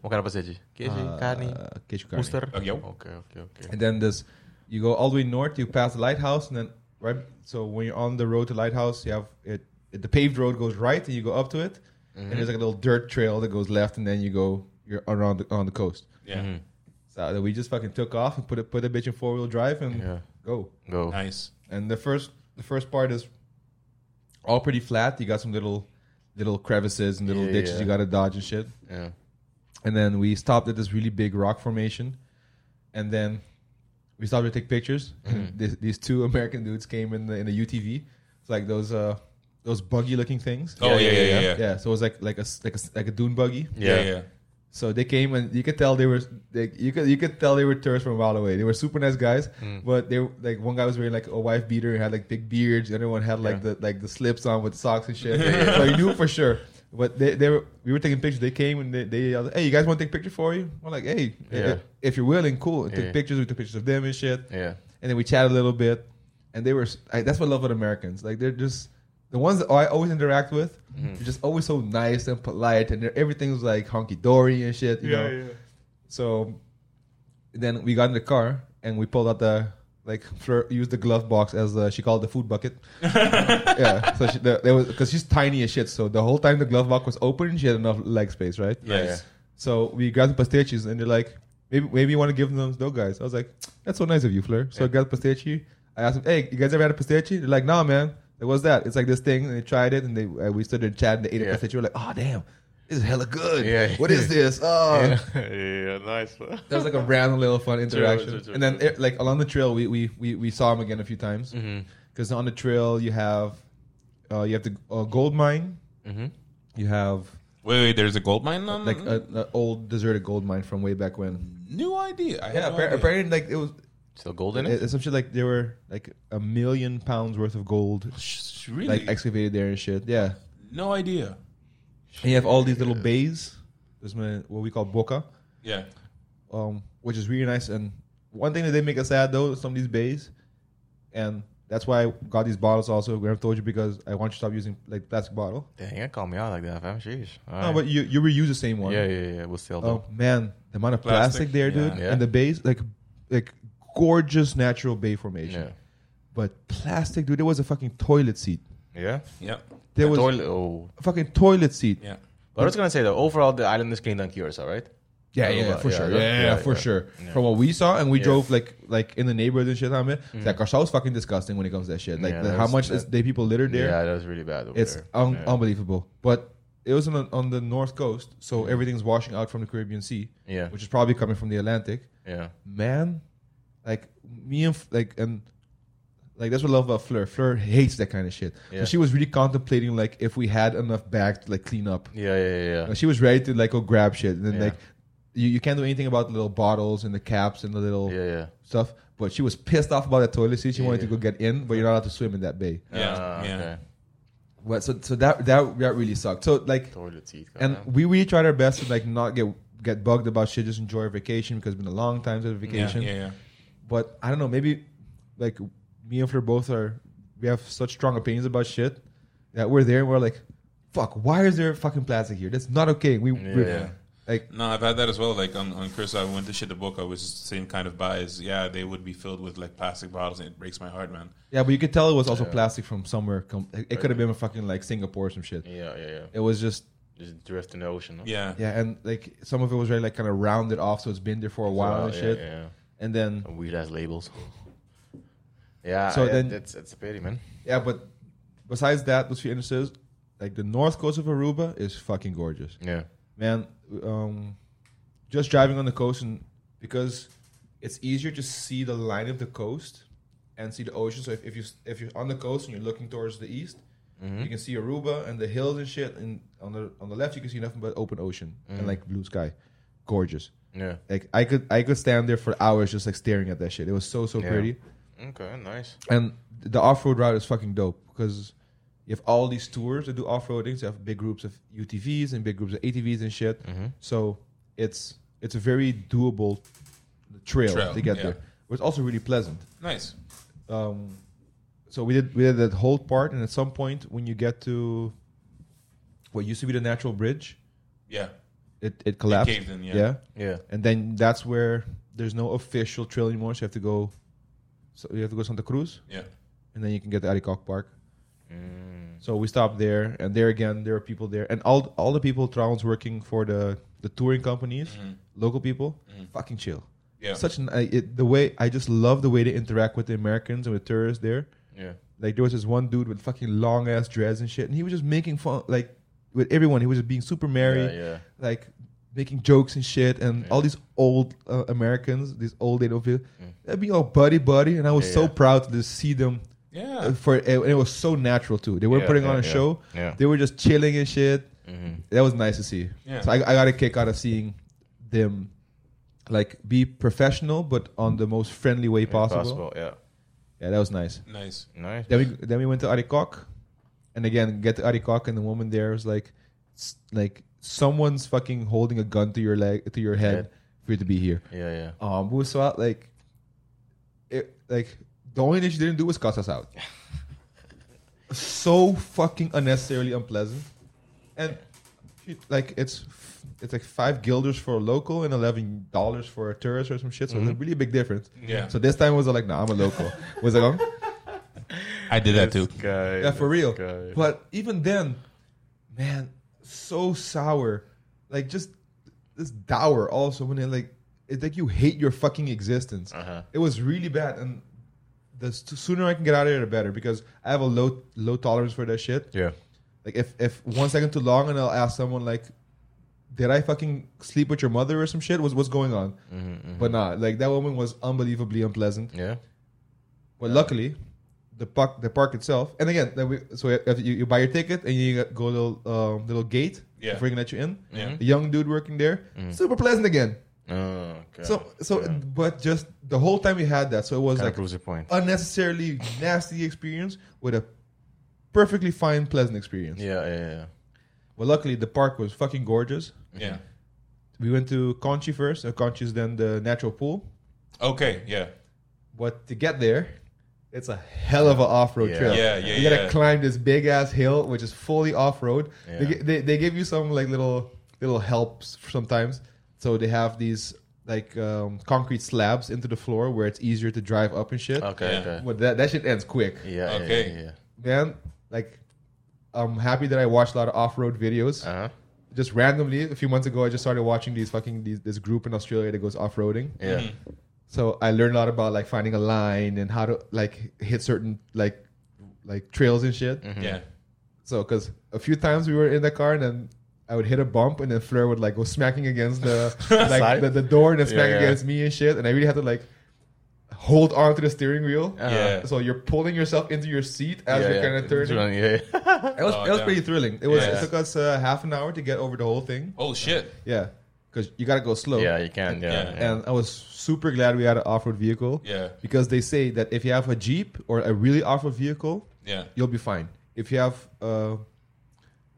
Speaker 3: What kind of passage? Queijo, carne,
Speaker 2: uh, queijo carne.
Speaker 1: Okay,
Speaker 3: booster.
Speaker 1: Mm. Oh, yo.
Speaker 3: Okay, okay, okay.
Speaker 2: And then this, you go all the way north, you pass the lighthouse, and then right. So when you're on the road to lighthouse, you have it the paved road goes right and you go up to it, and there's like a little dirt trail that goes left, and then you go you're around the, on the coast.
Speaker 1: Yeah.
Speaker 3: Mhm,
Speaker 2: So that we just fucking took off and put it put a bitch in four wheel drive and
Speaker 3: Yeah.
Speaker 2: go.
Speaker 3: Go.
Speaker 1: Nice.
Speaker 2: And the first the first part is all pretty flat. You got some little little crevices and little
Speaker 3: Yeah,
Speaker 2: ditches
Speaker 3: yeah.
Speaker 2: you got to dodge and shit.
Speaker 3: Yeah.
Speaker 2: And then we stopped at this really big rock formation, and then we stopped to take pictures.
Speaker 3: Mm-hmm.
Speaker 2: These- these two American dudes came in the in a UTV. It's like those uh those buggy looking things.
Speaker 1: Oh yeah, yeah, yeah, yeah.
Speaker 2: Yeah. so it was like like a s- like a s- like a dune buggy.
Speaker 1: Yeah, yeah.
Speaker 2: So they came and you could tell they were they, you could you could tell they were tourists from a mile away. They were super nice guys,
Speaker 3: Mm.
Speaker 2: but they were- like one guy was wearing like a wife beater and had like big beards. The other one had like the like the slips on with socks and shit. so you knew for sure. But they, they were we were taking pictures. They came and they, they yelled, "Hey, you guys want to take a picture for you?" We're like, "Hey, i-
Speaker 3: Yeah.
Speaker 2: i- if you're willing, cool." And
Speaker 3: Yeah.
Speaker 2: took pictures. We took pictures of them and shit.
Speaker 3: Yeah.
Speaker 2: And then we chatted a little bit, and they were. s- I, that's what I love about Americans. Like they're just the ones that I always interact with. They're just always so nice and polite, and they're- everything's like honky dory and shit. You know? So then we got in the car and we pulled out the like Fleur used the glove box as the, she called it the food bucket. yeah. So she, the, there was because she's tiny as shit. So the whole time the glove box was open, she had enough leg space, right?
Speaker 1: Yeah,
Speaker 3: Yeah.
Speaker 2: So we grabbed the pistachios and they're like, maybe maybe you want to give them those guys. I was like, that's so nice of you, Fleur. So I got a pistachio. I asked them, hey, you guys ever had a pistachio? They're like, nah, man. Like, what's that? It's like this thing. And they tried it and they uh, we stood there and chatted and they ate a
Speaker 3: Yeah.
Speaker 2: pistachio. We're like, oh, damn. This is hella good.
Speaker 3: Yeah.
Speaker 2: What is this? Oh,
Speaker 4: yeah, nice. man.
Speaker 2: that was like a random little fun interaction.
Speaker 4: true, true,
Speaker 2: and then,
Speaker 4: true. Mm-hmm.
Speaker 2: it- like along the trail, we we we, we saw him again a few times.
Speaker 3: Mhm,
Speaker 2: Because on the trail, you have uh, you have the uh, gold mine.
Speaker 3: mhm.
Speaker 2: You have
Speaker 1: Wait, wait. There's a gold mine
Speaker 4: Mm-hmm.
Speaker 1: on.
Speaker 2: like uh, an old deserted gold mine from way back when.
Speaker 1: new idea. I
Speaker 2: Yeah,
Speaker 1: have no
Speaker 2: appar-
Speaker 1: idea.
Speaker 2: apparently, like it was
Speaker 3: Still gold in it?
Speaker 2: it, some shit like there were like a million pounds worth of gold
Speaker 1: Sh- Really,
Speaker 2: like excavated there and shit. Yeah,
Speaker 1: no idea.
Speaker 2: and you have all these little bays. There's my- what we call boca.
Speaker 1: Yeah,
Speaker 2: um, which is really nice. And one thing that they make us sad though is some of these bays, and that's why I got these bottles also. Graham told you because I want you to stop using like plastic bottle.
Speaker 3: Dang, you call me out like that, fam. Jeez. All
Speaker 2: No,
Speaker 3: right.
Speaker 2: but you you reuse the same one.
Speaker 3: yeah, yeah, yeah. We'll still
Speaker 2: Ah, Oh
Speaker 3: though.
Speaker 2: man, the amount of
Speaker 1: Plastic.
Speaker 2: plastic, there, dude,
Speaker 3: Yeah.
Speaker 2: and the bays like like gorgeous natural bay formation.
Speaker 3: Yeah.
Speaker 2: But plastic, dude, there was a fucking toilet seat.
Speaker 3: Yeah.
Speaker 1: yeah,
Speaker 2: There
Speaker 3: The
Speaker 2: was
Speaker 3: toilet- oh.
Speaker 2: a fucking toilet seat.
Speaker 1: yeah.
Speaker 3: But I was gonna say though, overall the island is cleaner than Curacao, right?
Speaker 2: Yeah,
Speaker 3: Yeah,
Speaker 2: yeah,
Speaker 3: yeah,
Speaker 2: for
Speaker 3: yeah,
Speaker 2: sure.
Speaker 3: yeah,
Speaker 2: Yeah, yeah,
Speaker 3: yeah,
Speaker 2: for
Speaker 3: yeah.
Speaker 2: sure. From what we saw, and we
Speaker 3: Yeah. Mm.
Speaker 2: drove like like in the neighborhood and shit. I mean, it's like our is fucking disgusting when it comes to that shit. Like
Speaker 3: Yeah,
Speaker 2: the-
Speaker 3: that
Speaker 2: how
Speaker 3: was-
Speaker 2: much is they people litter there.
Speaker 3: Yeah, that was really bad. Over
Speaker 2: it's
Speaker 3: there.
Speaker 2: un-
Speaker 3: yeah.
Speaker 2: unbelievable. But it was on the, on the north coast, so
Speaker 3: Mm.
Speaker 2: everything's washing out from the Caribbean Sea,
Speaker 3: Yeah.
Speaker 2: which is probably coming from the Atlantic.
Speaker 3: yeah.
Speaker 2: Man, like me and F- like and like that's what I love about Fleur. Fleur hates that kind of shit. So
Speaker 3: Yeah.
Speaker 2: she was really contemplating like if we had enough bags to like clean up.
Speaker 3: Yeah, yeah, yeah, yeah.
Speaker 2: Uh, She was ready to like go grab shit, and then
Speaker 3: Yeah.
Speaker 2: like you, you can't do anything about the little bottles and the caps and the little
Speaker 3: Yeah, yeah.
Speaker 2: stuff. But she was pissed off about that toilet seat. She wanted to
Speaker 3: Yeah.
Speaker 2: go get in, but you're not allowed to swim in that bay.
Speaker 1: Yeah,
Speaker 3: Ah,
Speaker 1: yeah.
Speaker 3: okay.
Speaker 2: What? So so that that that really sucked. So like,
Speaker 3: Toilet seat.
Speaker 2: and
Speaker 3: goddamn.
Speaker 2: we really tried our best to like not get get bugged about shit. Just enjoy our vacation because it's been a long time since
Speaker 1: Yeah,
Speaker 2: vacation.
Speaker 1: yeah, yeah.
Speaker 2: But I don't know. Maybe like me and Fleur both are we have such strong opinions about shit that we're there and we're like, fuck. Why is there fucking plastic here? That's not okay. We, we-
Speaker 3: Yeah.
Speaker 2: like
Speaker 1: No, I've had that as well. Like on, on Chris, I went to Shitaboka, which is the same kind of buys. Yeah, they would be filled with like plastic bottles, and it breaks my heart, man.
Speaker 2: Yeah, but you could tell it was also plastic from somewhere. Com- it it could have been fucking like Singapore or some shit.
Speaker 3: yeah, yeah, yeah.
Speaker 2: It was just
Speaker 3: Just drift in the ocean. No?
Speaker 1: Yeah,
Speaker 2: yeah, and like some of it was very like kind of rounded off, so it's been there for a while and
Speaker 3: yeah,
Speaker 2: shit.
Speaker 3: Yeah, yeah.
Speaker 2: And then
Speaker 3: And Weird ass labels. yeah.
Speaker 2: So
Speaker 3: So
Speaker 2: then-
Speaker 3: then that's it's a pity, man.
Speaker 2: yeah, but besides that, those few instances, like the north coast of Aruba is fucking gorgeous,
Speaker 3: Yeah.
Speaker 2: man. Um, just driving on the coast and because it's easier to see the line of the coast and see the ocean. So if, if you if you're on the coast and you're looking towards the east,
Speaker 1: Hmm?
Speaker 3: Mm-hmm.
Speaker 2: you can see Aruba and the hills and shit. And on the on the left, you can see nothing but open ocean
Speaker 1: Hmm.
Speaker 2: and like blue sky, gorgeous.
Speaker 3: Yeah.
Speaker 2: Like I could I could stand there for hours just like staring at that shit. It was so so
Speaker 3: Yeah.
Speaker 2: pretty.
Speaker 3: Okay. Nice.
Speaker 2: And the off road route is fucking dope because you have all these tours that do off roading. So you have big groups of UTVs and big groups of ATVs and shit.
Speaker 1: Hmm.
Speaker 3: Mm-hmm.
Speaker 2: So it's it's a very doable trail,
Speaker 1: Trail,
Speaker 2: to get
Speaker 1: yeah.
Speaker 2: there. But it's also really pleasant
Speaker 1: nice.
Speaker 2: um, so we did we did that whole part, and at some point when you get to what used to be the natural bridge,
Speaker 1: Yeah,
Speaker 2: it it collapsed.
Speaker 1: caved in, yeah.
Speaker 3: Yeah.
Speaker 2: and then that's where there's no official trail anymore. So you have to go, so you have to go Santa Cruz,
Speaker 1: yeah.
Speaker 2: and then you can get to Aricoc Park.
Speaker 3: Mm-hmm.
Speaker 2: So we stopped there, and there again, there are people there, and all all the people Trouwens working for the the touring companies, local people, fucking chill.
Speaker 1: Mm-hmm. Yeah.
Speaker 2: Such an I- it, the way I just love the way they interact with the Americans and with tourists there.
Speaker 3: Yeah.
Speaker 2: Like there was this one dude with fucking long ass dreads and shit, and he was just making fun like with everyone. He was just being super merry,
Speaker 3: Yeah, yeah.
Speaker 2: like making jokes and shit. And all these old uh, Americans, these old they don't feel, they'd be all buddy buddy, and I was
Speaker 3: Mm. Yeah,
Speaker 2: so
Speaker 3: yeah.
Speaker 2: proud to see them
Speaker 1: Yeah.
Speaker 2: uh, for it, and it was so natural too. They weren't
Speaker 3: Yeah,
Speaker 2: putting on
Speaker 3: yeah,
Speaker 2: a
Speaker 3: yeah.
Speaker 2: show.
Speaker 3: Yeah. Mm-hmm.
Speaker 2: They were just chilling and shit. That was nice to see.
Speaker 1: Yeah.
Speaker 2: So I, I got a kick out of seeing them like be professional but on the most friendly way possible.
Speaker 3: Yeah.
Speaker 2: Yeah, that was nice.
Speaker 1: Nice.
Speaker 3: Nice.
Speaker 2: Then we then we went to Arikok. And again, get to Arikok and the woman there was like s- like someone's fucking holding a gun to your leg to your head
Speaker 3: Head.
Speaker 2: for you to be here.
Speaker 3: Yeah, yeah.
Speaker 2: Um we saw like it like the only thing she didn't do was cuss us out. so fucking unnecessarily unpleasant. And she, like it's f- it's like five guilders for a local and eleven dollars for a tourist or some shit. So it's a really big difference.
Speaker 1: Yeah.
Speaker 2: So this time was like, nah, I'm a local. was like, um,
Speaker 1: I did that too.
Speaker 4: This guy,
Speaker 2: yeah, for
Speaker 4: this
Speaker 2: real.
Speaker 4: guy.
Speaker 2: But even then, man, so sour. Like just this dour also when it like it's like you hate your fucking existence.
Speaker 3: Uh-huh.
Speaker 2: It was really bad, and the s- sooner I can get out of here, the better because I have a low low tolerance for that shit.
Speaker 3: Yeah.
Speaker 2: Like if if one second too long, and I'll ask someone like, "Did I fucking sleep with your mother or some shit? Was what's going on?"
Speaker 3: Mm-hmm.
Speaker 2: But nah, like that woman was unbelievably unpleasant.
Speaker 3: Yeah.
Speaker 2: But luckily, the park the park itself, and again, then we, so you, you you buy your ticket and you go little um, little gate
Speaker 1: Yeah.
Speaker 2: before you can let you in.
Speaker 1: Yeah.
Speaker 2: The young dude working there, super pleasant again.
Speaker 3: Oh, okay.
Speaker 2: So so,
Speaker 3: Mm. yeah.
Speaker 2: but just the whole time we had that, so it was
Speaker 3: Kinda
Speaker 2: like
Speaker 3: proves a point.
Speaker 2: unnecessarily nasty experience with a perfectly fine pleasant experience.
Speaker 3: Yeah, yeah, yeah.
Speaker 2: Well, luckily the park was fucking gorgeous.
Speaker 1: Yeah.
Speaker 2: We went to Conchi first. Uh, Conchi is then the natural pool.
Speaker 1: Okay. Yeah.
Speaker 2: But to get there, it's a hell of an off road
Speaker 3: Yeah.
Speaker 2: trip.
Speaker 1: Yeah, yeah,
Speaker 2: You gotta
Speaker 1: yeah.
Speaker 2: climb this big ass hill, which is fully off road. They,
Speaker 3: Yeah.
Speaker 2: gi- they they give you some like little little helps sometimes. So they have these like um, concrete slabs into the floor where it's easier to drive up and shit.
Speaker 3: Okay,
Speaker 1: Yeah.
Speaker 3: okay.
Speaker 2: But that that shit ends quick,
Speaker 3: Yeah,
Speaker 1: Okay.
Speaker 3: yeah, yeah.
Speaker 2: man. Like. I'm happy that I watched a lot of off-road videos.
Speaker 3: yeah. Uh-huh.
Speaker 2: just randomly, a few months ago, I just started watching these fucking these, this group in Australia that goes off-roading.
Speaker 3: Yeah.
Speaker 1: Mm-hmm.
Speaker 2: So I learned a lot about like finding a line and how to like hit certain like like trails and shit.
Speaker 3: Mm-hmm.
Speaker 1: Yeah.
Speaker 2: So because a few times we were in the car and then I would hit a bump and then Fleur would like go smacking against the like
Speaker 3: Side?
Speaker 2: the, the door and then smack
Speaker 3: yeah.
Speaker 2: against me and shit. And I really had to like hold on to the steering wheel.
Speaker 3: Uh-huh.
Speaker 1: Yeah.
Speaker 2: So you're pulling yourself into your seat as
Speaker 3: yeah,
Speaker 2: you're kind of turning.
Speaker 3: Turn, yeah.
Speaker 2: It was,
Speaker 1: Oh,
Speaker 2: it was
Speaker 1: damn.
Speaker 2: pretty thrilling. It was
Speaker 1: Yeah.
Speaker 2: it took us uh, half an hour to get over the whole thing.
Speaker 1: Oh shit.
Speaker 2: Yeah, because you gotta go slow.
Speaker 3: yeah, you can. Yeah.
Speaker 1: Yeah.
Speaker 3: yeah.
Speaker 2: and I was super glad we had an off-road vehicle.
Speaker 1: Yeah.
Speaker 2: Because they say that if you have a Jeep or a really off-road vehicle,
Speaker 1: Yeah.
Speaker 2: you'll be fine. If you have uh,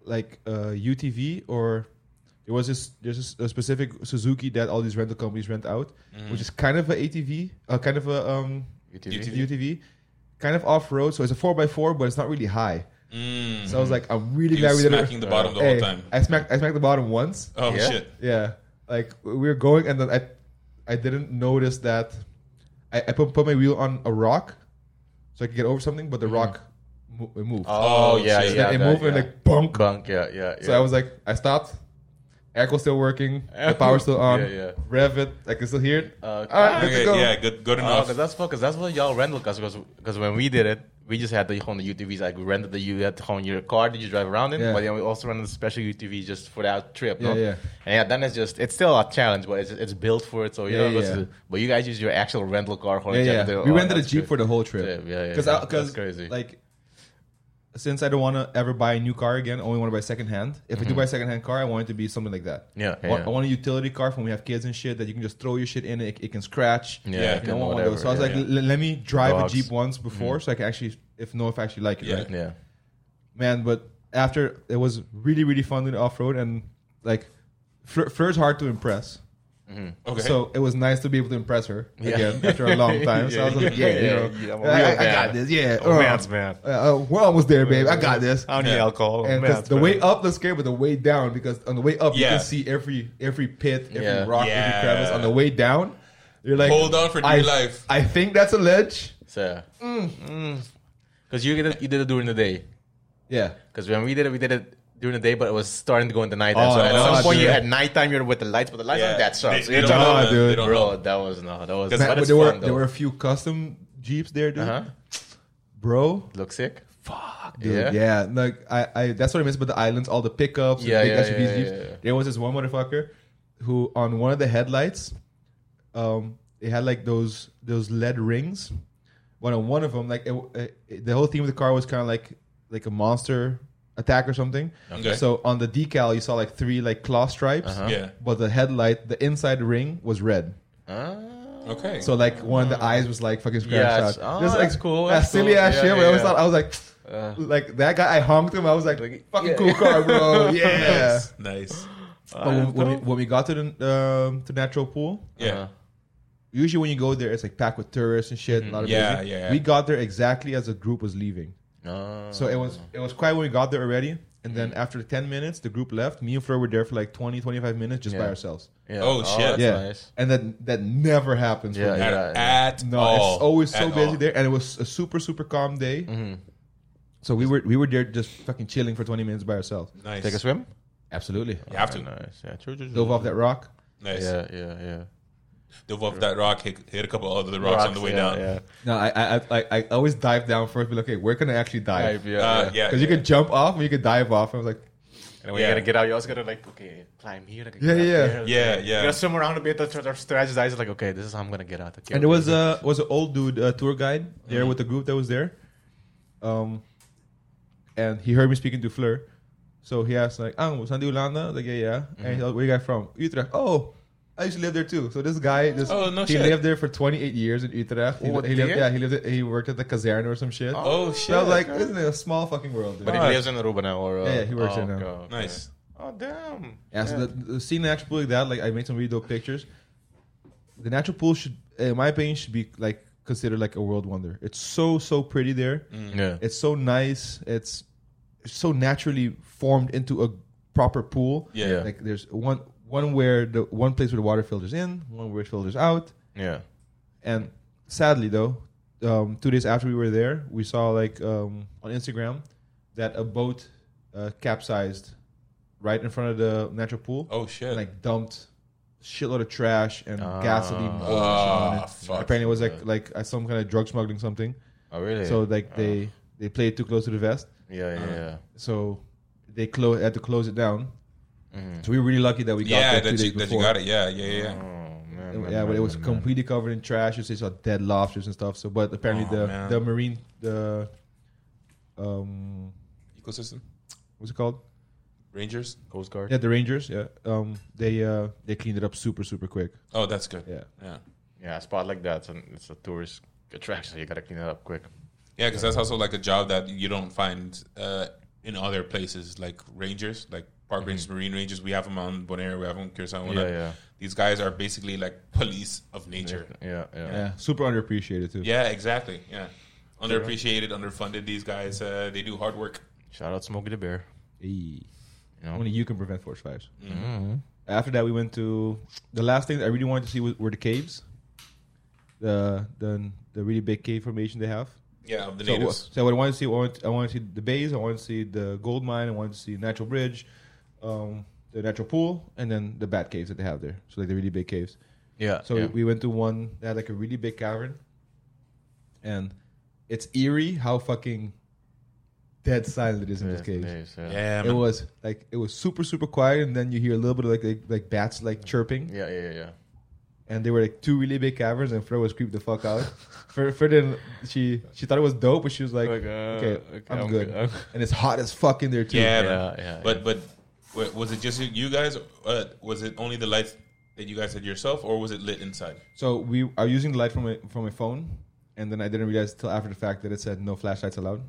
Speaker 2: like a UTV or there was this there's this, a specific Suzuki that all these rental companies rent out,
Speaker 1: Mm-hmm.
Speaker 2: which is kind of a ATV, uh, kind of a um,
Speaker 3: UTV.
Speaker 1: UTV.
Speaker 2: UTV, kind of off-road. So it's a four x four, but it's not really high.
Speaker 1: Mm.
Speaker 2: So I was like, I'm really
Speaker 1: You
Speaker 2: glad we did it.
Speaker 1: smacking the bottom the
Speaker 2: Hey,
Speaker 1: whole time.
Speaker 2: I smacked I smacked the bottom once.
Speaker 1: Oh
Speaker 3: Yeah.
Speaker 1: shit.
Speaker 2: Yeah, like we were going, and then I, I didn't notice that. I, I put, put my wheel on a rock, so I could get over something, but the rock mo- it moved.
Speaker 3: Mm-hmm. Oh,
Speaker 1: Oh,
Speaker 3: yeah,
Speaker 1: shit.
Speaker 3: yeah.
Speaker 2: it
Speaker 3: that,
Speaker 2: moved
Speaker 3: yeah.
Speaker 2: and like bunk.
Speaker 3: bunk. Yeah, yeah. yeah.
Speaker 2: So I was like, I stopped. Echo still working. The power's still on.
Speaker 3: Yeah, yeah.
Speaker 2: Rev it. I can still hear it.
Speaker 3: Uh,
Speaker 2: All right, good
Speaker 1: Okay.
Speaker 2: to go.
Speaker 1: Yeah. Good. Good
Speaker 3: Oh,
Speaker 1: enough.
Speaker 3: cause that's because that's what y'all rental cars because because when we did it, we just had the Honda UTVs like we rented the you had the Honda your car that you drive around in,
Speaker 2: Yeah.
Speaker 3: but yeah, we also rented a special UTV just for that trip.
Speaker 2: Yeah,
Speaker 3: no?
Speaker 2: yeah.
Speaker 3: And yeah, then it's just it's still a challenge, but it's, it's built for it. So
Speaker 2: Yeah,
Speaker 3: you know,
Speaker 2: yeah,
Speaker 3: it's- but you guys use your actual rental car. Honda
Speaker 2: Yeah, yeah.
Speaker 3: Jetta,
Speaker 2: we
Speaker 3: oh,
Speaker 2: rented a
Speaker 3: that's
Speaker 2: jeep
Speaker 3: good.
Speaker 2: for the whole trip.
Speaker 3: Yeah, yeah, yeah,
Speaker 2: Because
Speaker 3: yeah.
Speaker 2: I because
Speaker 3: That's crazy.
Speaker 2: like since I don't want to ever buy a new car again, I only want to buy secondhand. If
Speaker 3: Mm-hmm.
Speaker 2: I do buy a secondhand car, I want it to be something like that.
Speaker 3: Yeah,
Speaker 2: I,
Speaker 3: yeah,
Speaker 2: want,
Speaker 3: yeah.
Speaker 2: I want a utility car for when we have kids and shit that you can just throw your shit in. It, it can scratch.
Speaker 3: Yeah,
Speaker 1: Yeah,
Speaker 3: it
Speaker 2: You
Speaker 3: can
Speaker 2: know, one of
Speaker 3: whatever,
Speaker 2: those. So I was
Speaker 3: yeah.
Speaker 2: like, l- let me drive
Speaker 3: Dogs. Mm.
Speaker 2: a jeep once before, so I can actually if know if I actually like it.
Speaker 1: Yeah.
Speaker 2: Right?
Speaker 3: yeah,
Speaker 2: man. But after it was really really fun doing off road and like Fleur, Fleur's hard to impress.
Speaker 1: Okay.
Speaker 2: So it was nice to be able to impress her
Speaker 3: Yeah.
Speaker 2: again after a long time. So I was
Speaker 3: Yeah,
Speaker 2: like, yeah,
Speaker 3: yeah,
Speaker 2: you know,
Speaker 3: yeah, I'm a
Speaker 2: I- I,
Speaker 3: real
Speaker 2: I got
Speaker 3: man.
Speaker 2: this. Yeah,
Speaker 4: Oh,
Speaker 2: uh,
Speaker 4: man's man.
Speaker 2: uh, uh, we're almost there, babe. I got this.
Speaker 4: I don't need
Speaker 1: Yeah.
Speaker 4: alcohol.
Speaker 2: And 'cause
Speaker 4: man's
Speaker 2: the
Speaker 4: man.
Speaker 2: way up was scary, but the way down because on the way up you
Speaker 1: Yeah.
Speaker 2: can see every every pit, every
Speaker 3: Yeah.
Speaker 2: rock,
Speaker 1: Yeah.
Speaker 2: every crevice. On the way down, you're like,
Speaker 1: Hold on for dear
Speaker 2: I,
Speaker 1: life.
Speaker 2: I think that's a ledge.
Speaker 3: so because you did it, you did it during the day.
Speaker 2: Yeah.
Speaker 3: Because when we did it, we did it during the day, but it was starting to go in the night. time.
Speaker 2: Oh,
Speaker 3: so at
Speaker 2: no,
Speaker 3: some point,
Speaker 2: dude.
Speaker 3: you at nighttime, you're with the lights, but the lights
Speaker 1: Yeah.
Speaker 3: on, that sucks.
Speaker 1: They-
Speaker 3: You're
Speaker 1: they don't
Speaker 3: trying to-
Speaker 2: know.
Speaker 1: help,
Speaker 2: Ah, dude.
Speaker 1: They don't
Speaker 3: Bro,
Speaker 1: help.
Speaker 3: that was no, that was.
Speaker 1: Man,
Speaker 3: But
Speaker 2: but
Speaker 3: it's
Speaker 2: there were
Speaker 3: fun
Speaker 2: there
Speaker 3: though.
Speaker 2: were a few custom jeeps there, dude.
Speaker 3: Uh-huh.
Speaker 2: Bro,
Speaker 3: Look sick.
Speaker 2: fuck, dude.
Speaker 3: Yeah?
Speaker 2: Yeah. like I, I that's what I miss about the islands, all the pickups, yeah,
Speaker 3: Yeah,
Speaker 2: big
Speaker 3: yeah,
Speaker 2: SUVs,
Speaker 3: yeah,
Speaker 2: jeeps.
Speaker 3: yeah, yeah.
Speaker 2: There was this one motherfucker who on one of the headlights, um, they had like those those lead rings. But on one of them, like it, it- the whole theme of the car was kind of like like a monster attack or something.
Speaker 1: Okay.
Speaker 2: So on the decal, you saw like three like claw stripes.
Speaker 3: Uh-huh.
Speaker 1: Yeah.
Speaker 2: But the headlight, the inside ring was red.
Speaker 3: Ah.
Speaker 1: Okay.
Speaker 2: So like one of the eyes was like fucking
Speaker 3: Yeah,
Speaker 2: scratched
Speaker 3: it's-
Speaker 2: out.
Speaker 3: oh,
Speaker 2: Just, like,
Speaker 3: that's cool,
Speaker 2: that
Speaker 3: that's
Speaker 2: silly
Speaker 3: cool.
Speaker 2: ass
Speaker 3: Yeah,
Speaker 2: shit. but
Speaker 3: yeah,
Speaker 2: I always
Speaker 3: yeah.
Speaker 2: thought I was like,
Speaker 3: Uh.
Speaker 2: like that guy. I honked him. I was like,
Speaker 3: Like,
Speaker 2: fucking
Speaker 3: yeah.
Speaker 2: cool car, bro. yeah.
Speaker 1: nice. nice.
Speaker 2: But when, when we, when we got to the um, to natural pool,
Speaker 1: Yeah.
Speaker 3: Uh-huh.
Speaker 2: usually when you go there, it's like packed with tourists and shit. A lot of
Speaker 1: Yeah,
Speaker 2: busy.
Speaker 1: yeah, yeah.
Speaker 2: We got there exactly as the group was leaving,
Speaker 3: Ah.
Speaker 2: so it was it was quiet when we got there already. And then after ten minutes, the group left. Me and Fleur were there for like 20, 25 minutes just by
Speaker 3: Yeah.
Speaker 2: ourselves.
Speaker 3: Yeah.
Speaker 1: Oh, shit.
Speaker 3: that's
Speaker 2: yeah,
Speaker 3: nice.
Speaker 2: and that that never happens. for
Speaker 3: Yeah,
Speaker 2: me.
Speaker 1: At, at
Speaker 2: No,
Speaker 1: all.
Speaker 2: it's always so
Speaker 1: Oh, At
Speaker 2: busy
Speaker 1: all.
Speaker 2: there, and it was a super super calm day.
Speaker 3: Mhm.
Speaker 2: So we were we were there just fucking chilling for twenty minutes by ourselves.
Speaker 1: Nice.
Speaker 3: Take a swim.
Speaker 2: Absolutely,
Speaker 1: You have to.
Speaker 3: Ah, Nice. Yeah. True, true, true,
Speaker 2: dove off
Speaker 3: true.
Speaker 2: that rock.
Speaker 1: Nice.
Speaker 3: Yeah, yeah, yeah.
Speaker 1: Dove off that rock, hit, hit a couple other rocks, on the way
Speaker 3: yeah,
Speaker 1: down. Uh,
Speaker 3: Yeah.
Speaker 2: No, I I I- I, I always dive down first. Be like, okay, where can I actually dive?
Speaker 3: Dive,
Speaker 2: Because
Speaker 3: yeah.
Speaker 1: Uh,
Speaker 3: yeah.
Speaker 1: yeah.
Speaker 2: you can jump off, and you can dive off. I was like,
Speaker 3: And when
Speaker 1: Yeah.
Speaker 3: you gotta get out, you also gotta like, okay, climb here. Like,
Speaker 2: Yeah,
Speaker 3: get
Speaker 2: yeah.
Speaker 3: up there.
Speaker 1: Yeah, yeah.
Speaker 3: You gotta swim around a bit. That's sort of strategize. Like, okay, this is how I'm gonna get out. Okay,
Speaker 2: and there was uh,
Speaker 3: okay.
Speaker 2: a was an old dude uh, tour guide there with the group that was there, um, and he heard me speaking to Fleur, so he asked like, "Ah, was Ulanda?" Like, yeah, yeah. And he's like, "Where you guys from?" Utrecht. Oh. I used to live there too. So this guy, this,
Speaker 1: Oh, no
Speaker 2: he
Speaker 1: shit.
Speaker 2: lived there for 28 years in Utrecht. He,
Speaker 3: Oh,
Speaker 2: he lived,
Speaker 3: there?
Speaker 2: yeah, he lived. He worked at the caserne or some shit.
Speaker 1: Oh,
Speaker 2: so
Speaker 1: shit.
Speaker 2: I was like, isn't it a small fucking world? Dude?
Speaker 3: But he lives in Aruba now, or uh,
Speaker 2: Yeah, yeah, he works there
Speaker 3: oh,
Speaker 2: now.
Speaker 3: okay, okay.
Speaker 1: nice.
Speaker 3: Oh damn.
Speaker 2: Yeah, so the, the scene actually like that, like I made some really dope pictures. The natural pool should, in my opinion, should be like considered like a world wonder. It's so so pretty there.
Speaker 3: Yeah.
Speaker 2: It's so nice. It's, it's so naturally formed into a proper pool.
Speaker 1: Yeah. Yeah.
Speaker 2: Like there's one one where the one place where the water filters in, one where it filters out,
Speaker 3: Yeah.
Speaker 2: and sadly though, um, two days after we were there, we saw like um, on Instagram that a boat uh, capsized right in front of the natural pool
Speaker 1: Oh, shit.
Speaker 2: and, like dumped shitload of trash and
Speaker 3: Ah.
Speaker 2: gasoline. and oh, shit
Speaker 1: Ah,
Speaker 2: on it.
Speaker 1: fuck.
Speaker 2: Apparently, it was like like uh, some kind of drug smuggling something.
Speaker 3: Oh really?
Speaker 2: So
Speaker 1: Ah.
Speaker 2: like they they played too close to the vest,
Speaker 3: Yeah, yeah, yeah.
Speaker 2: so they close had to close it down.
Speaker 3: Mhm.
Speaker 2: So we were really lucky that we got
Speaker 1: yeah,
Speaker 2: there two
Speaker 1: that you, that
Speaker 2: days
Speaker 1: you
Speaker 2: before.
Speaker 1: got it. Yeah, yeah, yeah. yeah.
Speaker 3: Oh man.
Speaker 2: And-
Speaker 3: man,
Speaker 2: Yeah,
Speaker 3: man,
Speaker 2: but it was
Speaker 3: man, man.
Speaker 2: completely covered in trash. You saw dead lobsters and stuff. So, but apparently
Speaker 1: Oh,
Speaker 2: the
Speaker 1: man.
Speaker 2: the marine the um
Speaker 1: Ecosystem.
Speaker 2: what's it called?
Speaker 1: Rangers.
Speaker 3: Coast Guard.
Speaker 2: Yeah, the rangers. Yeah, um, they uh they cleaned it up super super quick.
Speaker 1: Oh, that's good.
Speaker 2: Yeah.
Speaker 1: Yeah.
Speaker 3: Yeah, a spot like that, it's, an, it's a tourist attraction. You gotta clean it up quick.
Speaker 1: Yeah, because that's also like a job that you don't find uh, in other places, like rangers, like park rangers, marine rangers. We have them on Bonaire, we have them on Curacao. and
Speaker 3: Yeah,
Speaker 1: whatnot.
Speaker 3: yeah.
Speaker 1: These guys are basically like police of nature.
Speaker 3: Yeah, yeah.
Speaker 2: Yeah, super underappreciated too.
Speaker 1: Yeah, exactly. Yeah, underappreciated, underfunded. These guys, uh, they do hard work.
Speaker 3: Shout out Smokey the Bear.
Speaker 2: Hey.
Speaker 3: You know?
Speaker 2: Only you can prevent forest fires.
Speaker 3: Mhm.
Speaker 2: After that, we went to the last thing that I really wanted to see was, were the caves, the the the really big cave formation they have.
Speaker 1: Yeah, of the
Speaker 2: So, wha-
Speaker 1: natives.
Speaker 2: so what I wanted to see, I wanted, I wanted to see the bays, I wanted to see the gold mine, I wanted to see natural bridge, um, the natural pool, and then the bat caves that they have there. So like the really big caves.
Speaker 3: Yeah.
Speaker 2: So
Speaker 3: Uh, yeah.
Speaker 2: we, we went to one that had like a really big cavern, and it's eerie how fucking dead silent it is in
Speaker 3: yeah,
Speaker 2: this cave.
Speaker 3: nice, yeah. yeah,
Speaker 1: yeah,
Speaker 2: It
Speaker 1: man.
Speaker 2: was like it was super super quiet, and then you hear a little bit of like like, like bats like chirping,
Speaker 3: yeah, yeah, yeah.
Speaker 2: and they were like two really big caverns, and Fleur was creeped the fuck out. Fleur, Fleur didn't she she thought it was dope, but she was like,
Speaker 3: Like, uh,
Speaker 2: okay,
Speaker 3: okay,
Speaker 2: I'm,
Speaker 3: I'm
Speaker 2: good.
Speaker 3: good, I'm-
Speaker 2: and it's hot as fuck in there too.
Speaker 1: yeah,
Speaker 3: Yeah,
Speaker 1: man.
Speaker 3: yeah,
Speaker 1: But
Speaker 3: yeah.
Speaker 1: but wa- was it just you guys? Uh, was it only the lights that you guys had yourself, or was it lit inside?
Speaker 2: So we are using the light from my from my phone, and then I didn't realize till after the fact that it said no flashlights allowed.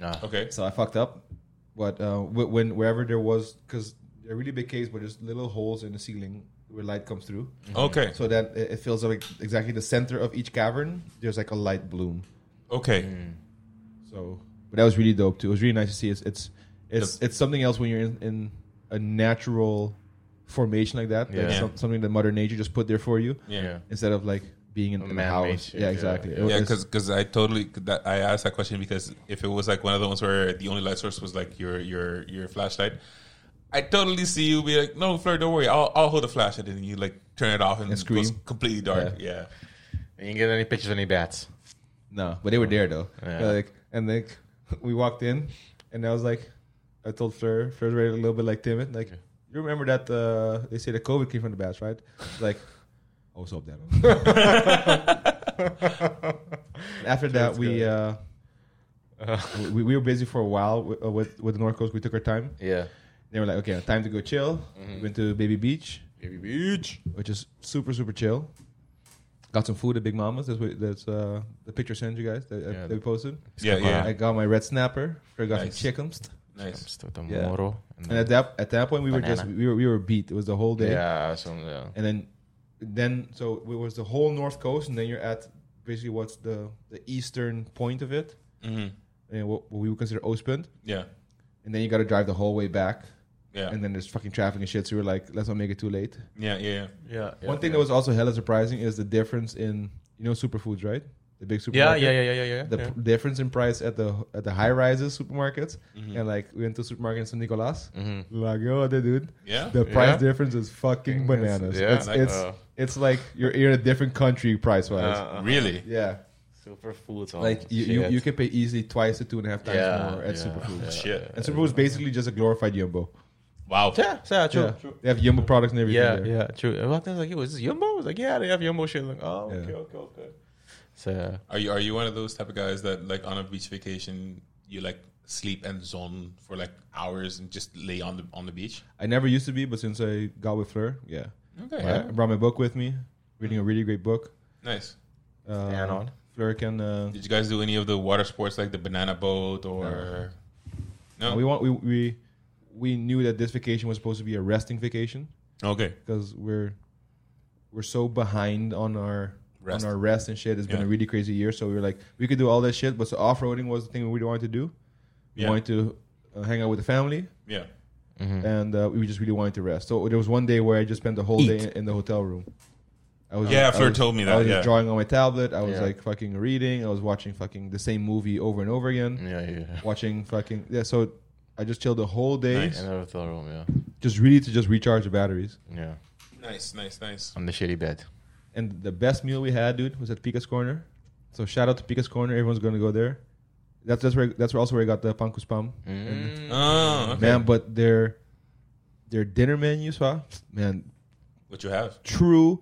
Speaker 3: Nah.
Speaker 1: Okay.
Speaker 2: So I fucked up. But uh, wh- when wherever there was, because they're really big caves, but there's little holes in the ceiling where light comes through.
Speaker 1: Okay.
Speaker 2: So that it it fills up like exactly the center of each cavern. There's like a light bloom.
Speaker 1: Okay.
Speaker 3: Mm-hmm. Mm,
Speaker 2: So, but that was really dope too. It was really nice to see. It's it's it's, it's something else when you're in, in a natural formation like that. Like
Speaker 3: Yeah.
Speaker 2: some, something that Mother Nature just put there for you
Speaker 1: Yeah.
Speaker 3: Yeah.
Speaker 2: instead of like being in, in the
Speaker 3: man-made
Speaker 2: house. yeah,
Speaker 3: shit, yeah.
Speaker 2: exactly. It
Speaker 1: Yeah,
Speaker 2: was-
Speaker 1: because I totally that I asked that question because if it was like one of the ones where the only light source was like your your your flashlight, I totally see you be like, "No, Fleur, don't worry, I'll I'll hold the flash," and then you like turn it off and,
Speaker 2: And
Speaker 1: it goes
Speaker 2: scream.
Speaker 1: completely dark. Yeah.
Speaker 3: You didn't get any pictures of any bats.
Speaker 2: No, but they were there though.
Speaker 3: Yeah.
Speaker 2: Like, and like, we walked in, and I was like, I told Fleur, Fleur's already a little bit like timid. Like, you remember that uh, they say the COVID came from the bats, right? She's Like, I was up there. After that, we, uh, we we were busy for a while with, uh, with with the North Coast. We took our time.
Speaker 3: Yeah.
Speaker 2: They were like, okay, time to go chill. We went to Baby Beach,
Speaker 3: Baby beach.
Speaker 2: which is super super chill. Got some food at Big Mama's. That's what that's uh, the picture I sent you guys that, uh,
Speaker 3: Yeah.
Speaker 2: that we posted.
Speaker 1: Yeah, yeah.
Speaker 2: I got my red snapper. I got
Speaker 1: Nice.
Speaker 2: some chickens.
Speaker 1: Nice.
Speaker 2: Yeah.
Speaker 3: Tomorrow.
Speaker 2: And at that at that point, we were just
Speaker 3: Banana.
Speaker 2: we were we were beat. It was the whole day.
Speaker 3: Yeah, some, yeah.
Speaker 2: And then then so it was the whole north coast, and then you're at basically what's the the eastern point of it,
Speaker 1: hmm
Speaker 2: and what, what we would consider Oostpunt.
Speaker 1: Yeah,
Speaker 2: And then you got to drive the whole way back,
Speaker 1: yeah,
Speaker 2: and then there's fucking traffic and shit. So we were like, let's not make it too late.
Speaker 1: yeah, yeah, yeah.
Speaker 3: Yeah.
Speaker 2: One thing that was also hella surprising is the difference in you know superfoods, right? The big
Speaker 3: Yeah,
Speaker 2: supermarket.
Speaker 3: yeah, yeah, yeah, yeah. yeah.
Speaker 2: The
Speaker 3: yeah.
Speaker 2: pr- difference in price at the at the high rises supermarkets,
Speaker 3: Mm-hmm.
Speaker 2: and like we went to supermarket in San Nicolas,
Speaker 3: Mhm.
Speaker 2: like oh, the dude,
Speaker 1: Yeah?
Speaker 2: the price
Speaker 3: Yeah.
Speaker 2: difference is fucking bananas.
Speaker 3: yeah,
Speaker 2: it's
Speaker 3: like,
Speaker 2: it's,
Speaker 4: uh,
Speaker 2: it's like you're, you're in a different country price wise.
Speaker 3: Uh-huh.
Speaker 4: Uh,
Speaker 1: Really?
Speaker 2: yeah,
Speaker 3: Superfoods.
Speaker 2: like you, you, you can pay easily twice to two and a half times
Speaker 3: Oh, Yeah,
Speaker 2: more at
Speaker 3: yeah,
Speaker 2: superfood.
Speaker 3: yeah.
Speaker 1: Shit.
Speaker 2: And superfood is basically just a glorified Yumbo.
Speaker 1: Wow.
Speaker 3: Yeah, yeah, true.
Speaker 2: Yeah,
Speaker 3: true.
Speaker 2: they have Yumbo products and everything.
Speaker 3: Yeah,
Speaker 2: there.
Speaker 3: yeah, true. I walked in, I was like, yo, is this Yumbo? I was like, yeah, they have Yumbo shit. Like, oh,
Speaker 2: Yeah.
Speaker 3: okay, okay, okay. So, yeah.
Speaker 1: Are you are you one of those type of guys that like on a beach vacation you like sleep and zone for like hours and just lay on the on the beach?
Speaker 2: I never used to be, but since I got with Fleur, yeah,
Speaker 1: Okay.
Speaker 2: I brought my book with me, reading a really great book.
Speaker 1: Nice.
Speaker 2: Uh,
Speaker 3: And on.
Speaker 2: Fleur can. Uh,
Speaker 1: Did you guys do any of the water sports like the banana boat or no?
Speaker 2: We want we we we knew that this vacation was supposed to be a resting vacation
Speaker 1: okay.
Speaker 2: because we're we're so behind on our
Speaker 1: Rest.
Speaker 2: on our rest and shit. It's been a
Speaker 1: Yeah.
Speaker 2: really crazy year, so we were like we could do all that shit, but so off roading was the thing we wanted to do. We
Speaker 1: Yeah.
Speaker 2: wanted to uh, hang out with the family,
Speaker 1: Yeah.
Speaker 2: and uh, we just really wanted to rest. So there was one day where I just spent the whole
Speaker 3: Mm-hmm. Eat.
Speaker 2: day in, in the hotel room. I was
Speaker 1: Yeah,
Speaker 2: I
Speaker 1: Fleur
Speaker 2: was-
Speaker 1: told me
Speaker 2: I
Speaker 1: that,
Speaker 2: was
Speaker 1: yeah.
Speaker 2: just drawing on my tablet. I was
Speaker 3: Yeah.
Speaker 2: like fucking reading. I was watching fucking the same movie over and over again
Speaker 3: Yeah, yeah.
Speaker 2: watching fucking yeah. So I just chilled the whole day,
Speaker 1: Nice.
Speaker 3: Another hotel room, yeah.
Speaker 2: just really to just recharge the batteries.
Speaker 3: Yeah.
Speaker 1: Nice, nice, nice.
Speaker 3: On the shitty bed.
Speaker 2: And the best meal we had, dude, was at Pika's Corner. So shout out to Pika's Corner. Everyone's gonna go there. That's that's where that's where also where I got the pankus pam.
Speaker 3: Mm.
Speaker 1: Oh, okay.
Speaker 2: Man, but their their dinner menu, swa, man,
Speaker 1: What you have?
Speaker 2: true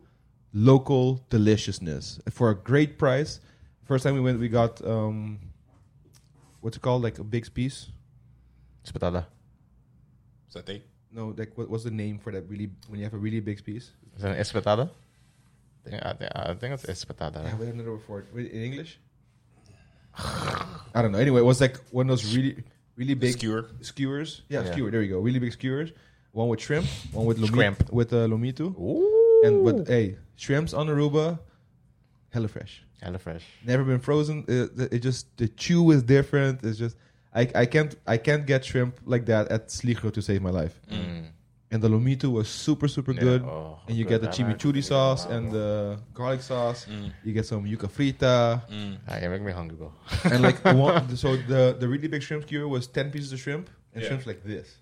Speaker 2: local deliciousness for a great price. First time we went, we got um, what's it called, like a big piece.
Speaker 3: Spatala.
Speaker 1: Satay.
Speaker 2: No, like what, what's the name for that? Really, when you have a really big piece.
Speaker 3: Is it espetada? I think, I think it's espetada.
Speaker 2: Yeah,
Speaker 3: Right?
Speaker 2: we had another word for it Wait, in English. I don't know. Anyway, it was like one of those really, really big
Speaker 1: Skewer.
Speaker 2: skewers. Yeah,
Speaker 3: Yeah.
Speaker 2: skewer. There we go. Really big skewers. One with shrimp. One with lomi-
Speaker 3: Shrimp.
Speaker 2: with uh, lomitu.
Speaker 3: Ooh.
Speaker 2: And but hey, shrimps on Aruba, hella fresh.
Speaker 3: HelloFresh.
Speaker 2: Never been frozen. It, it- it just the chew is different. It's just I, I can't I can't get shrimp like that at Sligro to save my life.
Speaker 3: Mm.
Speaker 2: And the lomitu was super super good.
Speaker 3: Oh,
Speaker 2: And you get
Speaker 3: good.
Speaker 2: the
Speaker 3: I like
Speaker 2: chimichurri
Speaker 3: it.
Speaker 2: sauce
Speaker 3: Wow.
Speaker 2: and the garlic sauce.
Speaker 1: Mm.
Speaker 2: You get some yuca frita.
Speaker 1: Mm.
Speaker 3: Ah, you make me hungry, bro.
Speaker 2: and like one, so the the really big shrimp skewer was 10 pieces of shrimp and
Speaker 1: Yeah.
Speaker 2: shrimps like this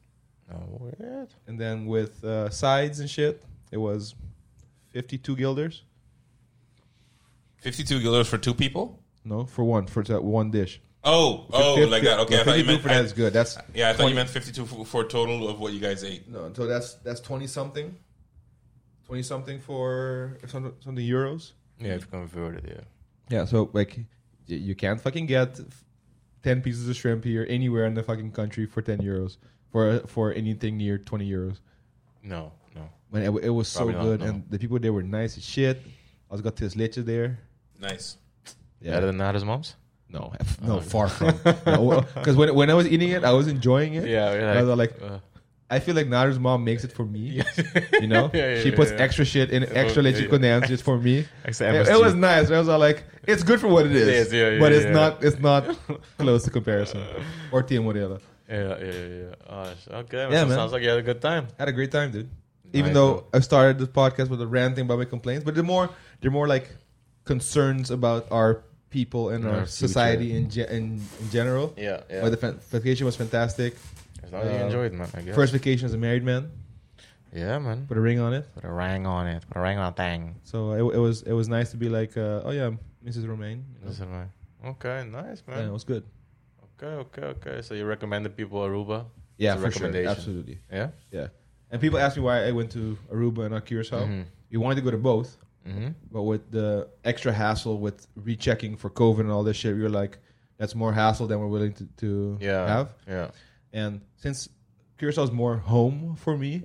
Speaker 3: Oh, weird.
Speaker 2: and then with uh, sides and shit it was 52 guilders
Speaker 1: Fifty-two dollars for two people.
Speaker 2: no for one for that one dish
Speaker 1: Oh, oh,
Speaker 2: 50
Speaker 1: like that. Okay, I thought you
Speaker 2: 52
Speaker 1: meant.
Speaker 2: for that
Speaker 1: I,
Speaker 2: is good that's
Speaker 1: yeah, I thought you meant fifty-two for, for total of what you guys ate.
Speaker 2: no so that's that's 20 something 20 something for something, something euros
Speaker 3: Yeah, if you convert it, yeah.
Speaker 2: yeah so like y- you can't fucking get f- 10 pieces of shrimp here anywhere in the fucking country for 10 euros for for anything near 20 euros
Speaker 3: No, no.
Speaker 2: But it, w- it was
Speaker 3: Probably
Speaker 2: so
Speaker 3: not,
Speaker 2: good,
Speaker 3: no.
Speaker 2: and the people there were nice as shit. I was got this leche there.
Speaker 1: Nice.
Speaker 3: Better than Oh. Nada's mom's?
Speaker 2: no, f- no, far from. Because when when I was eating it, I was enjoying it.
Speaker 3: yeah.
Speaker 2: I was like,
Speaker 3: uh,
Speaker 2: I feel like Nara's mom makes it for me. You know,
Speaker 3: Yeah, yeah,
Speaker 2: she
Speaker 3: yeah,
Speaker 2: puts
Speaker 3: yeah.
Speaker 2: extra shit in, extra
Speaker 3: yeah,
Speaker 2: leche
Speaker 3: yeah.
Speaker 2: yeah, just for me.
Speaker 3: Extra
Speaker 2: It, it
Speaker 3: MSG.
Speaker 2: was nice. I was all like, it's good for what it is,
Speaker 3: It is, yeah, yeah,
Speaker 2: but it's
Speaker 3: yeah.
Speaker 2: not. It's not close to comparison. Or Tia Morella.
Speaker 3: Yeah, yeah, yeah. Oh, sh- okay, man.
Speaker 2: Yeah,
Speaker 3: So
Speaker 2: man.
Speaker 3: Sounds like you had a good time.
Speaker 2: had a great time, dude. Even
Speaker 3: Nice,
Speaker 2: though
Speaker 3: bro.
Speaker 2: I started this podcast with a ranting about my complaints, but they're more they're more like concerns about our people and
Speaker 3: Our
Speaker 2: our,
Speaker 3: future.
Speaker 2: society in, ge- in in general.
Speaker 3: Yeah, yeah.
Speaker 2: But the fa- vacation was fantastic.
Speaker 3: as long as you
Speaker 2: uh,
Speaker 3: enjoy it, man. I guess.
Speaker 2: First vacation as a married man.
Speaker 3: yeah, man.
Speaker 2: Put a ring on it.
Speaker 3: Put a ring on it. Put a ring on a thing.
Speaker 2: So it, it was it was nice to be like, uh, oh yeah, Mrs. Romaine. you know.
Speaker 3: Listen, man. Okay, nice,
Speaker 2: Yeah, it
Speaker 3: man.
Speaker 2: was good.
Speaker 3: Okay, okay, okay. So you recommend the people Aruba?
Speaker 2: Yeah, for
Speaker 3: It's a
Speaker 2: sure,
Speaker 3: recommendation.
Speaker 2: absolutely.
Speaker 3: Yeah.
Speaker 2: Yeah. And people ask me why I went to Aruba and not Curacao.
Speaker 3: Mhm.
Speaker 2: We wanted to go to both,
Speaker 3: Mm-hmm.
Speaker 2: but with the extra hassle with rechecking for COVID and all this shit, we were like, that's more hassle than we're willing to, to
Speaker 3: Yeah.
Speaker 2: have.
Speaker 3: Yeah.
Speaker 2: And since Curacao is more home for me,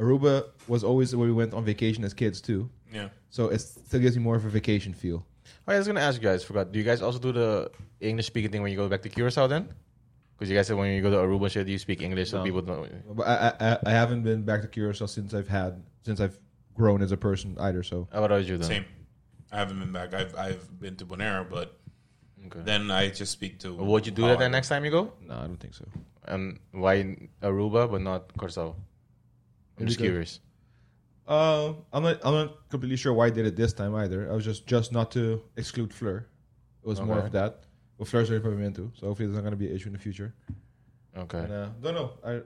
Speaker 2: Aruba was always where we went on vacation as kids too.
Speaker 1: Yeah.
Speaker 2: So it still gives me more of a vacation feel.
Speaker 3: Oh, yeah, I was gonna ask you guys. Forgot. Do you guys also do the English speaking thing when you go back to Curacao then? Because you guys said when you go to Aruba, and shit, you speak English, so
Speaker 2: No.
Speaker 3: people don't.
Speaker 2: But I, I- I, I haven't been back to Curacao since I've had since I've grown as a person either. So
Speaker 3: How about you then?
Speaker 1: Same. I haven't been back. I've I've been to Bonaire, but
Speaker 3: Okay.
Speaker 1: then I just speak to.
Speaker 3: Would you do
Speaker 1: how
Speaker 3: that
Speaker 1: I-
Speaker 3: then next time you go?
Speaker 2: no, I don't think so.
Speaker 3: And why Aruba but not Curacao? I'm just
Speaker 2: Because-
Speaker 3: curious.
Speaker 2: Uh, I'm not I'm not completely sure why I did it this time either. I was just just not to exclude Fleur. It was more
Speaker 3: Okay.
Speaker 2: of that. Well, Fleur's already probably been to, so hopefully there's not going to be an issue in the future.
Speaker 3: Okay.
Speaker 2: And, uh, don't know. I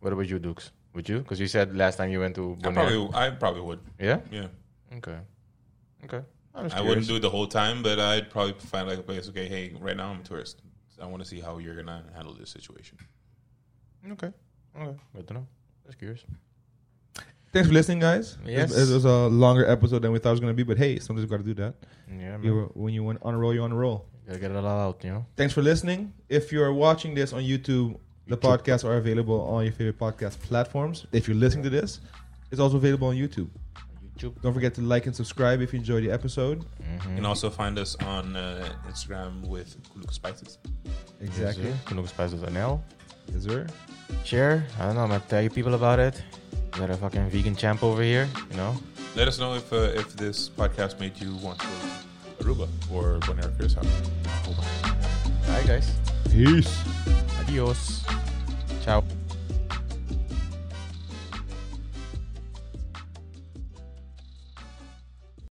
Speaker 3: What about you, Dukes? Would you? Because you said last time you went to
Speaker 1: I
Speaker 3: Bonaire.
Speaker 1: probably I probably would.
Speaker 3: Yeah.
Speaker 1: Yeah.
Speaker 3: Okay. Okay. I'm just
Speaker 1: I
Speaker 3: curious.
Speaker 1: wouldn't do it the whole time, but I'd probably find like a place. Okay, hey, right now I'm a tourist. I want to see how you're gonna handle this situation.
Speaker 3: Okay. Okay. Good to know. Just curious.
Speaker 2: thanks for listening, guys.
Speaker 3: Yes.
Speaker 2: it was a longer episode than we thought it was going to be, but hey, sometimes we got to do that.
Speaker 3: Yeah, man.
Speaker 2: You were- when you went on a roll, you're on a roll.
Speaker 3: Gotta get it all out, you know?
Speaker 2: Thanks for listening. If you're watching this on YouTube, the podcasts are available on your favorite podcast platforms. If you're listening to this, it's also available on YouTube.
Speaker 3: YouTube.
Speaker 2: Don't forget to like and subscribe if you enjoyed the episode.
Speaker 3: Mm-hmm.
Speaker 1: You can also find us on uh, Instagram with Lucas Spices.
Speaker 2: Exactly.
Speaker 3: KanookSpices.nl.
Speaker 2: Yes, sir.
Speaker 3: Share. I don't know, man. Tell your people about it. We got a fucking vegan champ over here, you know?
Speaker 1: Let us know if uh, if this podcast made you want to go to Aruba or Bonaire Curacao.
Speaker 3: All right, guys.
Speaker 2: Peace.
Speaker 3: Adios. Ciao.